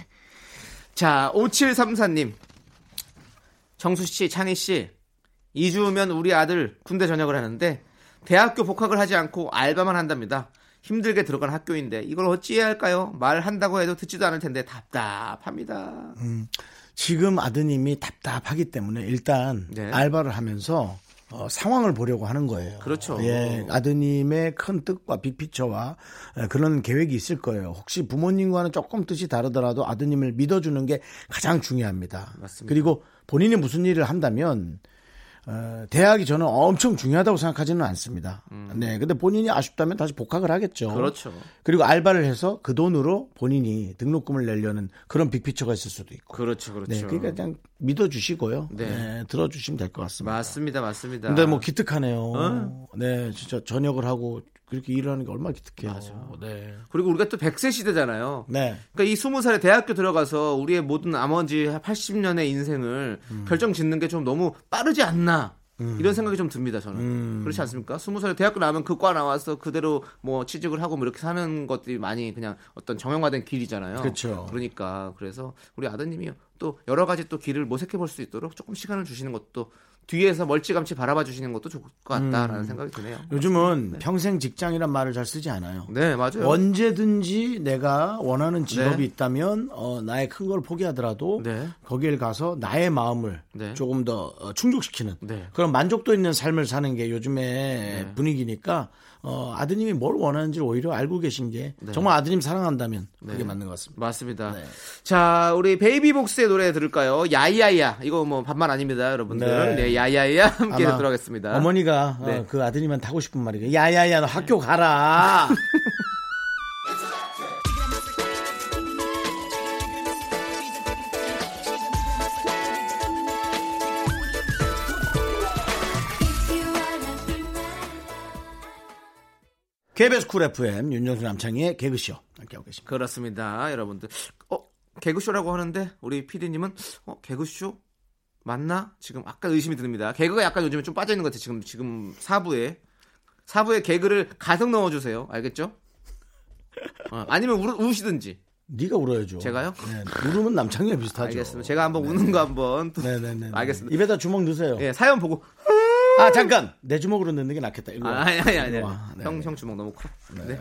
[SPEAKER 2] 자, 5734님. 정수씨, 창희씨. 2주 후면 우리 아들 군대 전역을 하는데 대학교 복학을 하지 않고 알바만 한답니다. 힘들게 들어간 학교인데 이걸 어찌해야 할까요? 말한다고 해도 듣지도 않을 텐데 답답합니다.
[SPEAKER 1] 음. 지금 아드님이 답답하기 때문에 일단
[SPEAKER 2] 네.
[SPEAKER 1] 알바를 하면서 어, 상황을 보려고 하는 거예요.
[SPEAKER 2] 그렇죠.
[SPEAKER 1] 예, 아드님의 큰 뜻과 빅피처와 에, 그런 계획이 있을 거예요. 혹시 부모님과는 조금 뜻이 다르더라도 아드님을 믿어주는 게 가장 중요합니다.
[SPEAKER 2] 맞습니다.
[SPEAKER 1] 그리고 본인이 무슨 일을 한다면 어, 대학이 저는 엄청 중요하다고 생각하지는 않습니다. 네, 근데 본인이 아쉽다면 다시 복학을 하겠죠.
[SPEAKER 2] 음. 그렇죠.
[SPEAKER 1] 그리고 알바를 해서 그 돈으로 본인이 등록금을 내려는 그런 빅피처가 있을 수도 있고.
[SPEAKER 2] 그렇죠, 그렇죠.
[SPEAKER 1] 네, 그러니까 그냥 믿어주시고요. 네,
[SPEAKER 2] 네.
[SPEAKER 1] 들어주시면 될 것 같습니다.
[SPEAKER 2] 맞습니다, 맞습니다.
[SPEAKER 1] 근데 뭐 기특하네요.
[SPEAKER 2] 어?
[SPEAKER 1] 네, 진짜 전역을 하고 그렇게 일을 하는 게 얼마나 기특해요. 네,
[SPEAKER 2] 그리고 우리가 또 100세 시대잖아요.
[SPEAKER 1] 네,
[SPEAKER 2] 그러니까 이 스무 살에 대학교 들어가서 우리의 모든 나머지 80년의 인생을 결정 짓는 게 좀 너무 빠르지 않나. 이런 생각이 좀 듭니다, 저는. 그렇지 않습니까? 스무 살에 대학교 나오면 그 과 나와서 그대로 뭐 취직을 하고 뭐 이렇게 사는 것들이 많이 그냥 어떤 정형화된 길이잖아요.
[SPEAKER 1] 그렇죠.
[SPEAKER 2] 러니까 그래서 우리 아드님이 또 여러 가지 또 길을 모색해 볼 수 있도록 조금 시간을 주시는 것도 뒤에서 멀찌감치 바라봐 주시는 것도 좋을 것 같다라는 생각이 드네요.
[SPEAKER 1] 요즘은 평생 직장이란 말을 잘 쓰지 않아요.
[SPEAKER 2] 네, 맞아요.
[SPEAKER 1] 언제든지 내가 원하는 직업이
[SPEAKER 2] 네.
[SPEAKER 1] 있다면 어, 나의 큰 걸 포기하더라도
[SPEAKER 2] 네.
[SPEAKER 1] 거기에 가서 나의 마음을
[SPEAKER 2] 네.
[SPEAKER 1] 조금 더 어, 충족시키는
[SPEAKER 2] 네.
[SPEAKER 1] 그런 만족도 있는 삶을 사는 게 요즘의 분위기니까 어, 아드님이 뭘 원하는지 를 오히려 알고 계신 게
[SPEAKER 2] 네.
[SPEAKER 1] 정말 아드님 사랑한다면 그게 맞는 것 같습니다.
[SPEAKER 2] 맞습니다. 자, 우리 베이비복스의 노래 들을까요? 야이야이야. 이거 뭐 반말 아닙니다, 여러분들.
[SPEAKER 1] 네.
[SPEAKER 2] 네, 야이야이야 함께
[SPEAKER 1] 아마
[SPEAKER 2] 들어가겠습니다
[SPEAKER 1] 어머니가 어,
[SPEAKER 2] 네.
[SPEAKER 1] 그 아드님한테 하고 싶은 말이에요. 야야야 너 학교 가라. KBS 쿨 FM 윤정수 남창희의 개그쇼 함께하고 계십니다.
[SPEAKER 2] 그렇습니다, 여러분들. 어, 개그쇼라고 하는데 우리 피디님은 어, 개그쇼 맞나? 지금 약간 의심이 듭니다. 개그가 약간 요즘에 좀 빠져 있는 것 같아요. 지금 지금 사부에 사부에 개그를 가득 넣어 주세요. 알겠죠? 어, 아니면 우, 우시든지.
[SPEAKER 1] 네가 울어야죠.
[SPEAKER 2] 제가요?
[SPEAKER 1] 네, 울으면 남창희랑 비슷하죠.
[SPEAKER 2] 알겠습니다. 제가 한번 우는 거 한번 또
[SPEAKER 1] 네. 네네네.
[SPEAKER 2] 알겠습니다.
[SPEAKER 1] 입에다 주먹 넣으세요.
[SPEAKER 2] 예, 사연 보고
[SPEAKER 1] 아 잠깐 내 주먹으로 넣는 게 낫겠다. 일로 와.
[SPEAKER 2] 아, 아니, 아니, 아니.
[SPEAKER 1] 일로 와. 네.
[SPEAKER 2] 형, 형 주먹 너무 커. 네.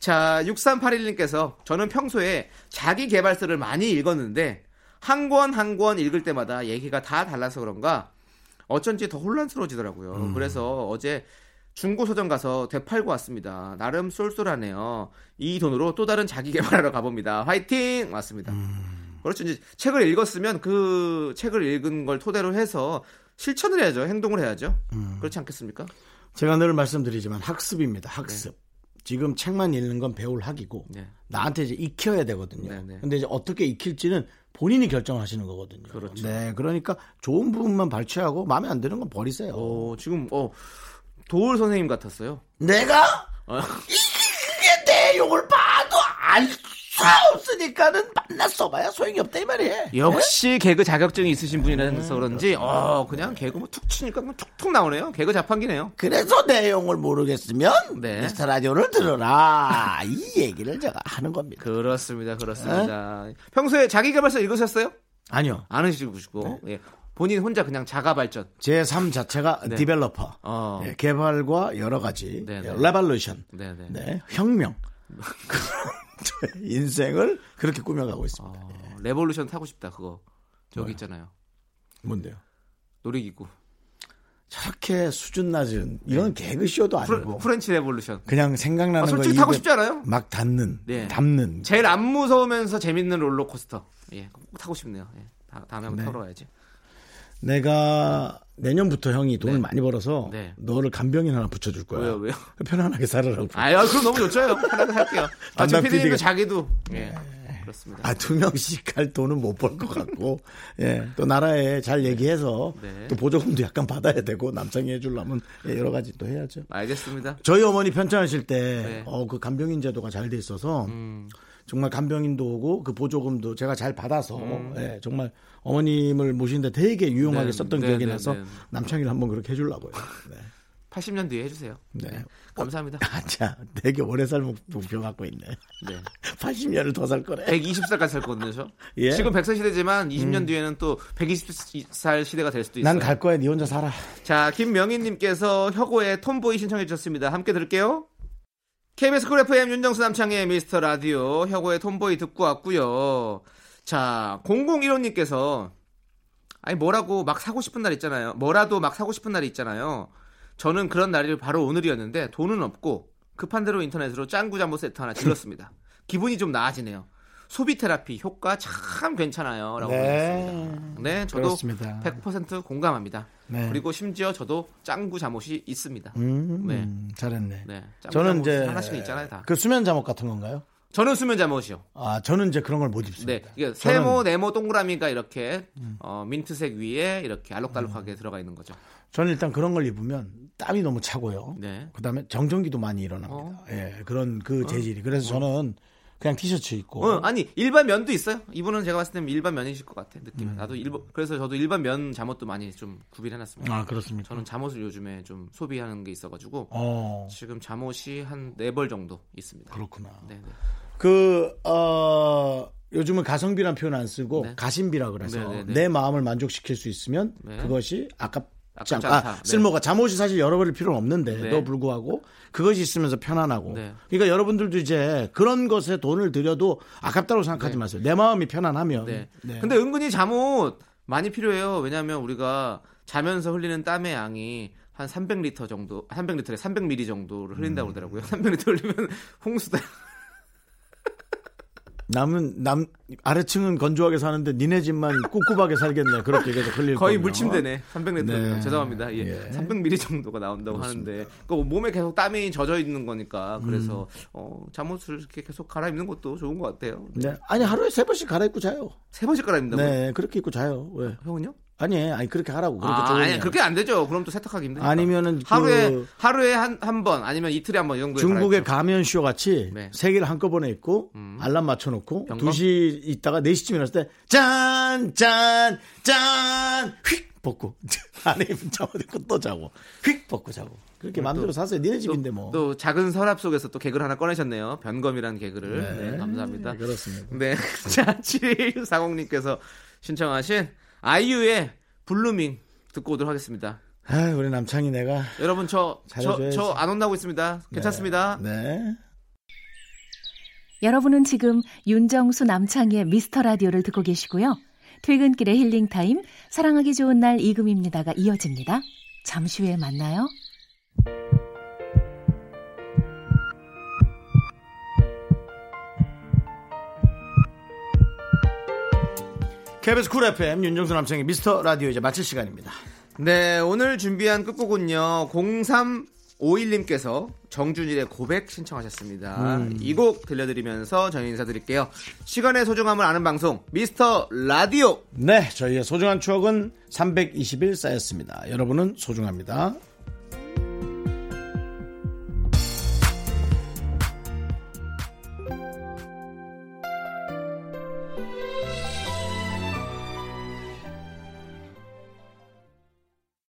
[SPEAKER 2] 자, 6381님께서 저는 평소에 자기 개발서를 많이 읽었는데 한 권 한 권 읽을 때마다 얘기가 다 달라서 그런가 어쩐지 더 혼란스러워지더라고요.
[SPEAKER 1] 음.
[SPEAKER 2] 그래서 어제 중고서점 가서 되팔고 왔습니다. 나름 쏠쏠하네요. 이 돈으로 또 다른 자기 개발하러 가봅니다. 화이팅! 맞습니다.
[SPEAKER 1] 음.
[SPEAKER 2] 그렇죠. 이제 책을 읽었으면 그 책을 읽은 걸 토대로 해서 실천을 해야죠. 행동을 해야죠.
[SPEAKER 1] 음.
[SPEAKER 2] 그렇지 않겠습니까?
[SPEAKER 1] 제가 늘 말씀드리지만 학습입니다. 학습. 지금 책만 읽는 건 배울 학이고
[SPEAKER 2] 네.
[SPEAKER 1] 나한테 이제 익혀야 되거든요.
[SPEAKER 2] 네, 네.
[SPEAKER 1] 근데 이제 어떻게 익힐지는 본인이 결정하시는 거거든요.
[SPEAKER 2] 그렇죠.
[SPEAKER 1] 네, 그러니까 좋은 부분만 발췌하고 마음에 안 드는 건 버리세요.
[SPEAKER 2] 어, 지금 어 도울 선생님 같았어요.
[SPEAKER 1] 내가
[SPEAKER 2] 어.
[SPEAKER 1] 이게 내 욕을 봐도 알 수 없으니까는 만나 써봐야 소용이 없다 이 말이에요.
[SPEAKER 2] 예. 역시
[SPEAKER 1] 네?
[SPEAKER 2] 개그 자격증이 있으신 분이라서 그런지 어 그냥 개그 뭐 툭 치니까 그냥 툭툭 나오네요. 개그 자판기네요.
[SPEAKER 1] 그래서 내용을 모르겠으면
[SPEAKER 2] 네.
[SPEAKER 1] 미스터 라디오를 들어라 이 얘기를 제가 하는 겁니다.
[SPEAKER 2] 네? 그렇습니다, 그렇습니다. 평소에 자기 개발서 읽으셨어요?
[SPEAKER 1] 아니요. 네?
[SPEAKER 2] 안 읽으시고 예. 본인 혼자 그냥 자가 발전.
[SPEAKER 1] 제3 자체가 디벨로퍼.
[SPEAKER 2] 네. 어.
[SPEAKER 1] 네, 개발과 여러 가지
[SPEAKER 2] 네, 네.
[SPEAKER 1] 레발루션.
[SPEAKER 2] 네, 네.
[SPEAKER 1] 혁명. 그런 [LAUGHS] 저의 인생을 그렇게 꾸며가고 있습니다.
[SPEAKER 2] 어, 레볼루션 타고 싶다 그거. 저기 있잖아요.
[SPEAKER 1] 뭔데요?
[SPEAKER 2] 놀이기구.
[SPEAKER 1] 저렇게 수준 낮은 이런 개그쇼도
[SPEAKER 2] 네. 프레-
[SPEAKER 1] 아니고
[SPEAKER 2] 프렌치 레볼루션.
[SPEAKER 1] 그냥 생각나는
[SPEAKER 2] 아,
[SPEAKER 1] 거
[SPEAKER 2] 솔직히 타고
[SPEAKER 1] 입에
[SPEAKER 2] 싶지 않아요?
[SPEAKER 1] 막 닿는,
[SPEAKER 2] 네.
[SPEAKER 1] 담는.
[SPEAKER 2] 제일 안 무서우면서 재밌는 롤러코스터. 예, 꼭 타고 싶네요. 예, 다, 다음에 한번 타러와야지.
[SPEAKER 1] 내가 내년부터 형이 돈을
[SPEAKER 2] 네.
[SPEAKER 1] 많이 벌어서
[SPEAKER 2] 네.
[SPEAKER 1] 너를 간병인 하나 붙여줄 거야.
[SPEAKER 2] 왜요, 왜요?
[SPEAKER 1] 편안하게 살아라고.
[SPEAKER 2] 아유, 그럼 너무 좋죠요. 하나
[SPEAKER 1] [LAUGHS]
[SPEAKER 2] 할게요. 아, 지금
[SPEAKER 1] 담당
[SPEAKER 2] 피디님도
[SPEAKER 1] PD가.
[SPEAKER 2] 자기도. 예, 그렇습니다.
[SPEAKER 1] 아, 두 명씩 갈 돈은 못 벌 것
[SPEAKER 2] [LAUGHS]
[SPEAKER 1] 같고, 예, 또 나라에 잘 얘기해서,
[SPEAKER 2] 네.
[SPEAKER 1] 또 보조금도 약간 받아야 되고, 남창이 해주려면 예, 여러 가지 또 해야죠.
[SPEAKER 2] 알겠습니다.
[SPEAKER 1] 저희 어머니 편찮으실 때,
[SPEAKER 2] 네. 음.
[SPEAKER 1] 어, 그 간병인 제도가 잘 돼 있어서, 정말 간병인도 오고, 그 보조금도 제가 잘 받아서, 예, 정말 어머님을 모시는데 되게 유용하게
[SPEAKER 2] 음. 네,
[SPEAKER 1] 썼던
[SPEAKER 2] 네,
[SPEAKER 1] 기억이
[SPEAKER 2] 네,
[SPEAKER 1] 나서,
[SPEAKER 2] 네.
[SPEAKER 1] 남창이를 한번 그렇게 해주려고요. 네. [LAUGHS]
[SPEAKER 2] 80년 뒤에 해주세요.
[SPEAKER 1] 네.
[SPEAKER 2] 예, 감사합니다.
[SPEAKER 1] 아, 자, 되게 오래 살 목- 목표 갖고 있네. [LAUGHS]
[SPEAKER 2] 네.
[SPEAKER 1] 80년을 더 살 거래.
[SPEAKER 2] 120살까지 살 거거든요. 저.
[SPEAKER 1] 예. 음.
[SPEAKER 2] 지금 100살 시대지만 20년 뒤에는 또 120살 시대가 될 수도 있어요.
[SPEAKER 1] 난 갈 거야, 니 혼자 살아.
[SPEAKER 2] 자, 김명희님께서 혁오의 톰보이 신청해 주셨습니다. 함께 들을게요. KBS 쿨 FM 윤정수 남창의 미스터 라디오 혁오의 톰보이 듣고 왔고요. 자, 001호님께서 아니 뭐라고 막 사고 싶은 날 있잖아요. 뭐라도 막 사고 싶은 날이 있잖아요. 저는 그런 날이 바로 오늘이었는데 돈은 없고 급한 대로 인터넷으로 짱구 잠보 세트 하나 질렀습니다. [LAUGHS] 기분이 좀 나아지네요. 소비 테라피 효과 참 괜찮아요라고
[SPEAKER 1] 네.
[SPEAKER 2] 보내셨습니다. 네, 저도
[SPEAKER 1] 그렇습니다.
[SPEAKER 2] 100% 공감합니다.
[SPEAKER 1] 네.
[SPEAKER 2] 그리고 심지어 저도 짱구 잠옷이 있습니다.
[SPEAKER 1] 음,
[SPEAKER 2] 네.
[SPEAKER 1] 잘했네.
[SPEAKER 2] 네, 짱구
[SPEAKER 1] 저는
[SPEAKER 2] 잠옷
[SPEAKER 1] 이제
[SPEAKER 2] 하나씩 있잖아요 다.
[SPEAKER 1] 그 수면 잠옷 같은 건가요?
[SPEAKER 2] 저는 수면 잠옷이요.
[SPEAKER 1] 아, 저는 이제 그런 걸 못
[SPEAKER 2] 네,
[SPEAKER 1] 입습니다.
[SPEAKER 2] 이게
[SPEAKER 1] 저는- 음.
[SPEAKER 2] 세모, 네모, 동그라미가 이렇게 어, 민트색 위에 이렇게 알록달록하게 들어가 있는 거죠.
[SPEAKER 1] 저는 일단 그런 걸 입으면 땀이 너무 차고요.
[SPEAKER 2] 네.
[SPEAKER 1] 그다음에 정전기도 많이 일어납니다. 예, 그런 그 재질이. 그래서 저는 그냥 티셔츠 입고
[SPEAKER 2] 어, 아니 일반 면도 있어요. 이분은 제가 봤을 때는 일반 면이실 것 같아 느낌. 이
[SPEAKER 1] 음.
[SPEAKER 2] 나도 일반 그래서 저도 일반 면 잠옷도 많이 좀 구비해놨습니다.
[SPEAKER 1] 아, 그렇습니까?
[SPEAKER 2] 저는 잠옷을 요즘에 좀 소비하는 게 있어가지고
[SPEAKER 1] 어,
[SPEAKER 2] 지금 잠옷이 한 네 벌 정도 있습니다.
[SPEAKER 1] 그렇구나.
[SPEAKER 2] 네, 네.
[SPEAKER 1] 그 어, 요즘은 가성비란 표현 안 쓰고
[SPEAKER 2] 네.
[SPEAKER 1] 가심비라 그래서
[SPEAKER 2] 네, 네, 네.
[SPEAKER 1] 내 마음을 만족시킬 수 있으면
[SPEAKER 2] 네.
[SPEAKER 1] 그것이 아깝
[SPEAKER 2] 아깝지
[SPEAKER 1] 지
[SPEAKER 2] 않다.
[SPEAKER 1] 않다. 쓸모가 잠옷이 사실 열어버릴 필요는 없는데도
[SPEAKER 2] 네.
[SPEAKER 1] 불구하고 그것이 있으면서 편안하고
[SPEAKER 2] 네.
[SPEAKER 1] 그러니까 여러분들도 이제 그런 것에 돈을 들여도 아깝다고 생각하지
[SPEAKER 2] 네.
[SPEAKER 1] 마세요 내 마음이 편안하면
[SPEAKER 2] 네.
[SPEAKER 1] 네.
[SPEAKER 2] 근데 은근히 잠옷 많이 필요해요. 왜냐하면 우리가 자면서 흘리는 땀의 양이 한 300리터 정도, 300리터에 300ml 정도를 흘린다고 그러더라고요. 300리터 흘리면 [LAUGHS] 홍수다.
[SPEAKER 1] 남은 남 아래층은 건조하게 사는데 니네 집만 [LAUGHS] 꿉꿉하게 살겠네 그렇게 계속 흘릴
[SPEAKER 2] 거의
[SPEAKER 1] 거면.
[SPEAKER 2] 물침대네. 300리터.
[SPEAKER 1] 네.
[SPEAKER 2] 죄송합니다. 예.
[SPEAKER 1] 예.
[SPEAKER 2] 300ml 정도가 나온다고 음. 하는데 그 몸에 계속 땀이 젖어 있는 거니까 그래서 어, 잠옷을 이렇게 계속 갈아입는 것도 좋은 것 같아요.
[SPEAKER 1] 네. 아니 하루에 세 번씩 갈아입고 자요
[SPEAKER 2] 세 번씩 갈아입는다고. 요
[SPEAKER 1] 네 그렇게 입고 자요 왜
[SPEAKER 2] 형은요?
[SPEAKER 1] 아니 아니 그렇게 하라고 그렇게
[SPEAKER 2] 아,
[SPEAKER 1] 조용히
[SPEAKER 2] 아니
[SPEAKER 1] 하라고.
[SPEAKER 2] 그렇게 안 되죠. 그럼 또 세탁하기 힘드니까.
[SPEAKER 1] 아니면은
[SPEAKER 2] 하루에
[SPEAKER 1] 그-
[SPEAKER 2] 하루에 한 한 번 아니면 이틀에 한 번 이 정도
[SPEAKER 1] 중국의 가면쇼 같이
[SPEAKER 2] 네.
[SPEAKER 1] 세 개를 한꺼번에 입고 알람 맞춰놓고
[SPEAKER 2] 병검?
[SPEAKER 1] 2시 있다가 4시쯤 일어났을 때 짠! 짠! 짠! 휙! 벗고 [LAUGHS] 안에 입은 잠옷 입고 또 자고 휙! 벗고 자고 그렇게 마음대로 사세요 니네 집인데 뭐
[SPEAKER 2] 또 작은 서랍 속에서 또 개그를 하나 꺼내셨네요. 변검이라는 개그를. 네, 감사합니다.
[SPEAKER 1] 네, 그렇습니다
[SPEAKER 2] 네. [LAUGHS] 자, 7140님께서 신청하신 아이유의 블루밍 듣고 오도록 하겠습니다.
[SPEAKER 1] 아 우리 남창이 내가
[SPEAKER 2] 여러분, 저, 저,
[SPEAKER 1] 잘해줘야지.
[SPEAKER 2] 저 안 혼나고 있습니다. 괜찮습니다.
[SPEAKER 1] 네
[SPEAKER 10] 여러분은 지금 윤정수 남창희의 미스터 라디오를 듣고 계시고요. 퇴근길의 힐링 타임, 사랑하기 좋은 날 이금입니다가 이어집니다. 잠시 후에 만나요.
[SPEAKER 1] KBS 쿨 FM 윤정수 남창의 미스터 라디오 이제 마칠 시간입니다
[SPEAKER 2] 네, 오늘 준비한 끝곡은요. 0351님께서 정준일의 고백 신청하셨습니다.
[SPEAKER 1] 음.
[SPEAKER 2] 이 곡 들려드리면서 저희 인사드릴게요. 시간의 소중함을 아는 방송, 미스터 라디오!
[SPEAKER 1] 네 저희의 소중한 추억은 321 쌓였습니다 여러분은 소중합니다